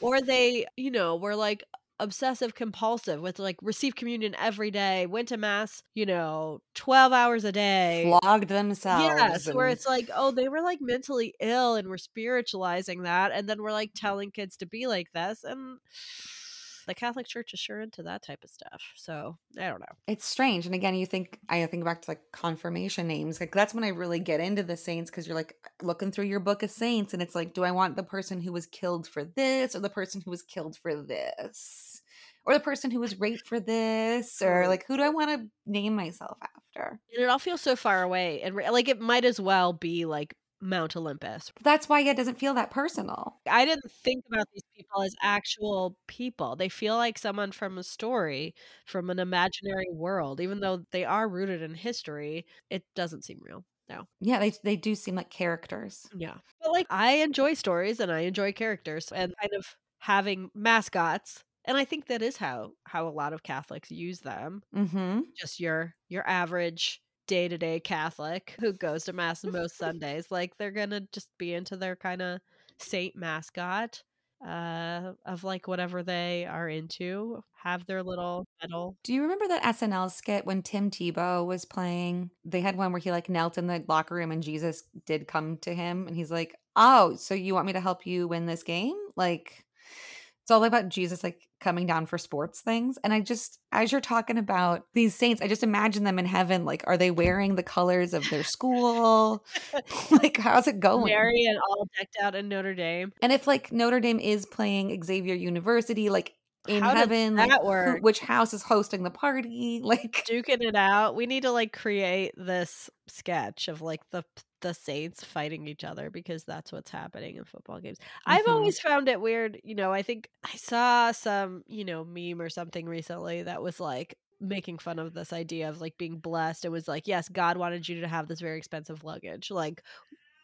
Speaker 2: or they, you know, were like obsessive compulsive with like received communion every day, went to mass, you know, 12 hours a day.
Speaker 1: flogged themselves.
Speaker 2: Yes, where
Speaker 1: and-
Speaker 2: it's like, oh, they were like mentally ill and we're spiritualizing that. And then we're like telling kids to be like this. And the Catholic Church is sure into that type of stuff. So I don't know.
Speaker 1: it's strange. And again, you think I think back to like confirmation names. Like that's when I really get into the saints because you're like looking through your book of saints, and it's like, do I want the person who was killed for this, or the person who was killed for this, or the person who was raped for this, or like who do I want to name myself after?
Speaker 2: And it all feels so far away. And re- like it might as well be like Mount Olympus.
Speaker 1: That's why it doesn't feel that personal.
Speaker 2: I didn't think about these people as actual people. They feel like someone from a story, from an imaginary world, even though they are rooted in history. It doesn't seem real.
Speaker 1: Yeah, they they do seem like characters.
Speaker 2: Yeah. But like I enjoy stories and I enjoy characters and kind of having mascots. And I think that is how how a lot of Catholics use them.
Speaker 1: Mm-hmm.
Speaker 2: Just your your average day-to-day Catholic who goes to mass most Sundays, like they're going to just be into their kind of saint mascot uh of like whatever they are into, have their little medal.
Speaker 1: Do you remember that SNL skit when Tim Tebow was playing? They had one where he like knelt in the locker room and Jesus did come to him and he's like, "Oh, so you want me to help you win this game?" Like it's all about Jesus like coming down for sports things. And I just as you're talking about these saints, I just imagine them in heaven like are they wearing the colors of their school? like how's it going?
Speaker 2: Mary and all decked out in Notre Dame.
Speaker 1: And if like Notre Dame is playing Xavier University like in
Speaker 2: How did
Speaker 1: heaven, like
Speaker 2: that
Speaker 1: who-
Speaker 2: work?
Speaker 1: which house is hosting the party? Like
Speaker 2: duking it out. We need to like create this sketch of like the the Saints fighting each other because that's what's happening in football games. I've
Speaker 1: Mhm.
Speaker 2: always found it weird, you know, I think I saw some, you know, meme or something recently that was like making fun of this idea of like being blessed and was like, yes, God wanted you to have this very expensive luggage. Like,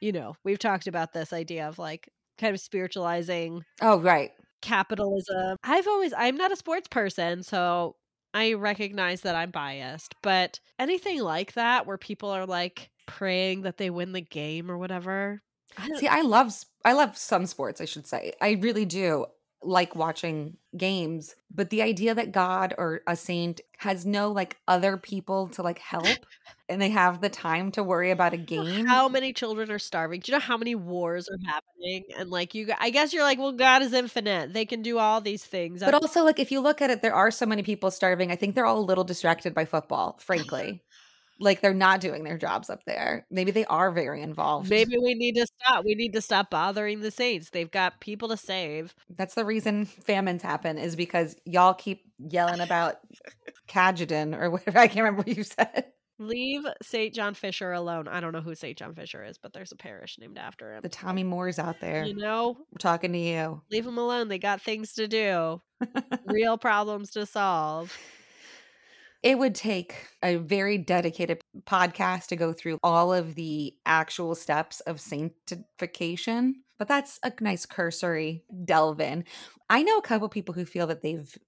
Speaker 2: you know, we've talked about this idea of like kind of spiritualizing
Speaker 1: Oh, right.
Speaker 2: capitalism. I've always I'm not a sports person, so I recognize that I'm biased, but anything like that where people are like praying that they win the game or whatever. I don't-
Speaker 1: See, I love s- I love some sports, I should say. I really do like watching games, but the idea that God or a saint has no like other people to like help and they have the time to worry about a
Speaker 2: I don't know
Speaker 1: game.
Speaker 2: How many children are starving? Do you know how many wars are happening? And like you, g- I guess you're like, well, God is infinite. They can do all these things.
Speaker 1: But also like if you look at it there are so many people starving. I think they're all a little distracted by football, frankly. like they're not doing their jobs up there. Maybe they are very involved.
Speaker 2: Maybe we need to stop. We need to stop bothering the saints. They've got people to save.
Speaker 1: That's the reason famines happen is because y'all keep yelling about Cajedin or whatever. I can't remember what you said.
Speaker 2: Leave St. John Fisher alone. I don't know who St. John Fisher is, but there's a parish named after him.
Speaker 1: The Tommy Moores out there.
Speaker 2: You know,
Speaker 1: We're talking to you.
Speaker 2: leave them alone. They got things to do, real problems to solve.
Speaker 1: It would take a very dedicated podcast to go through all of the actual steps of sanctification, but that's a nice cursory delve in. I know a couple people who feel that they've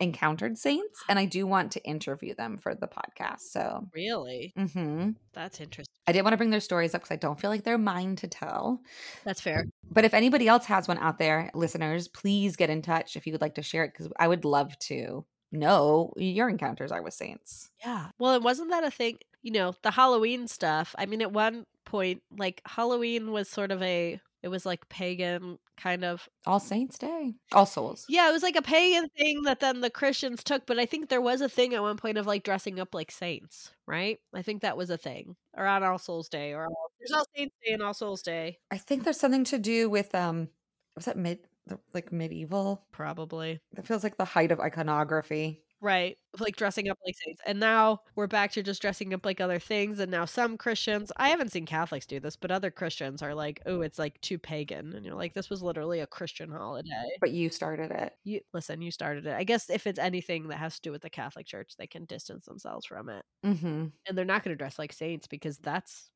Speaker 1: encountered saints, and I do want to interview them for the podcast. So,
Speaker 2: Really?
Speaker 1: hmm
Speaker 2: That's interesting.
Speaker 1: I didn't want to bring their stories up because I don't feel like they're mine to tell.
Speaker 2: That's fair.
Speaker 1: But if anybody else has one out there, listeners, please get in touch if you would like to share it because I would love to know your encounters are with saints.
Speaker 2: Yeah. Well, and wasn't that a thing? You know, the Halloween stuff. I mean, at one point, like Halloween was sort of a, it was like pagan kind of.
Speaker 1: All Saints Day, All Souls.
Speaker 2: Yeah, it was like a pagan thing that then the Christians took. But I think there was a thing at one point of like dressing up like saints, right? I think that was a thing. Or on All Souls Day, or all, there's All Saints Day and All Souls Day.
Speaker 1: I think there's something to do with um, was that mid the- like medieval?
Speaker 2: Probably.
Speaker 1: That feels like the height of iconography.
Speaker 2: Right. Like dressing up like saints. And now we're back to just dressing up like other things. And now some Christians, I haven't seen Catholics do this, but other Christians are like, oh, it's like too pagan. And you're like, this was literally a Christian holiday.
Speaker 1: But you started it.
Speaker 2: You listen, you started it. I guess if it's anything that has to do with the Catholic Church, they can distance themselves from it.
Speaker 1: Mm-hmm.
Speaker 2: And they're not going to dress like saints because that's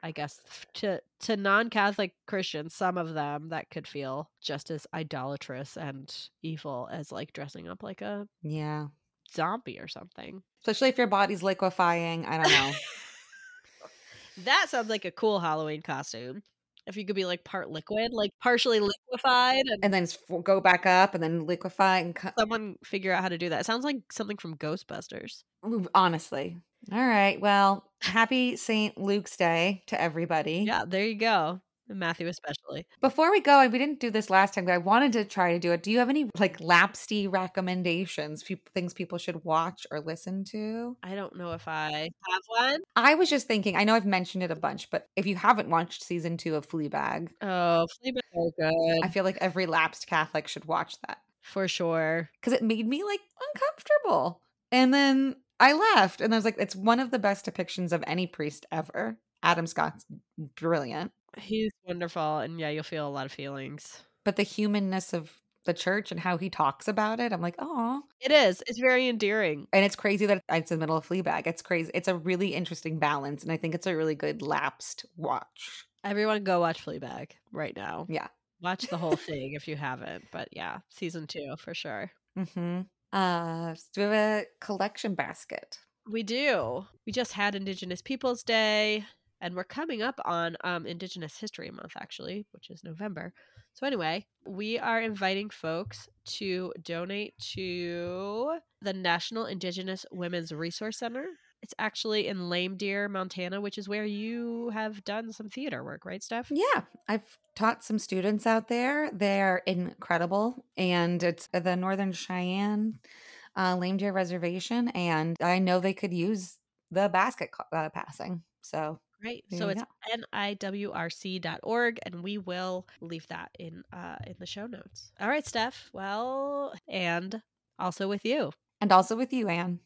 Speaker 2: I guess f- to to non-Catholic Christians, some of them that could feel just as idolatrous and evil as like dressing up like a
Speaker 1: Yeah.
Speaker 2: zombie or something.
Speaker 1: Especially if your body's liquefying. I don't know.
Speaker 2: That sounds like a cool Halloween costume. if you could be like part liquid, like partially liquefied, and
Speaker 1: and then it's f- go back up and then liquefy and co-
Speaker 2: someone figure out how to do that. It sounds like something from Ghostbusters.
Speaker 1: Ooh, honestly. All right. Well, happy St. Luke's Day to everybody.
Speaker 2: Yeah, there you go. And Matthew especially.
Speaker 1: Before we go, and we didn't do this last time, but I wanted to try to do it. Do you have any like lapsty recommendations, peop things people should watch or listen to?
Speaker 2: I don't know if I have one.
Speaker 1: I was just thinking, I know I've mentioned it a bunch, but if you haven't watched season two of Fleabag,
Speaker 2: Oh, Fleabag, so good
Speaker 1: I feel like every lapsed Catholic should watch that
Speaker 2: for sure.
Speaker 1: because it made me like uncomfortable. And then I left, and I was like, it's one of the best depictions of any priest ever. Adam Scott's brilliant,
Speaker 2: He's wonderful, and yeah, you'll feel a lot of feelings.
Speaker 1: but the humanness of the church and how he talks about it, I'm like, oh.
Speaker 2: It is. It's very endearing.
Speaker 1: And it's crazy that it's in the middle of Fleabag. It's crazy. It's a really interesting balance, and I think it's a really good lapsed watch.
Speaker 2: Everyone go watch Fleabag right now.
Speaker 1: Yeah.
Speaker 2: Watch the whole thing if you haven't. But yeah, season two for sure.
Speaker 1: Mm-hmm. Uh, so we have a collection basket.
Speaker 2: We do. We just had Indigenous Peoples Day, and we're coming up on um, Indigenous History Month, actually, which is November. So, anyway, we are inviting folks to donate to the National Indigenous Women's Resource Center. It's actually in Lame Deer, Montana, which is where you have done some theater work, right, Steph?
Speaker 1: Yeah, I've taught some students out there. They're incredible, and it's the Northern Cheyenne uh, Lame Deer Reservation, and I know they could use the basket co- uh, passing. So
Speaker 2: Right.
Speaker 1: There
Speaker 2: so
Speaker 1: you
Speaker 2: it's niwrc.org, and we will leave that in uh, in the show notes. All right, Steph. Well, and also with you.
Speaker 1: and also with you, Anne.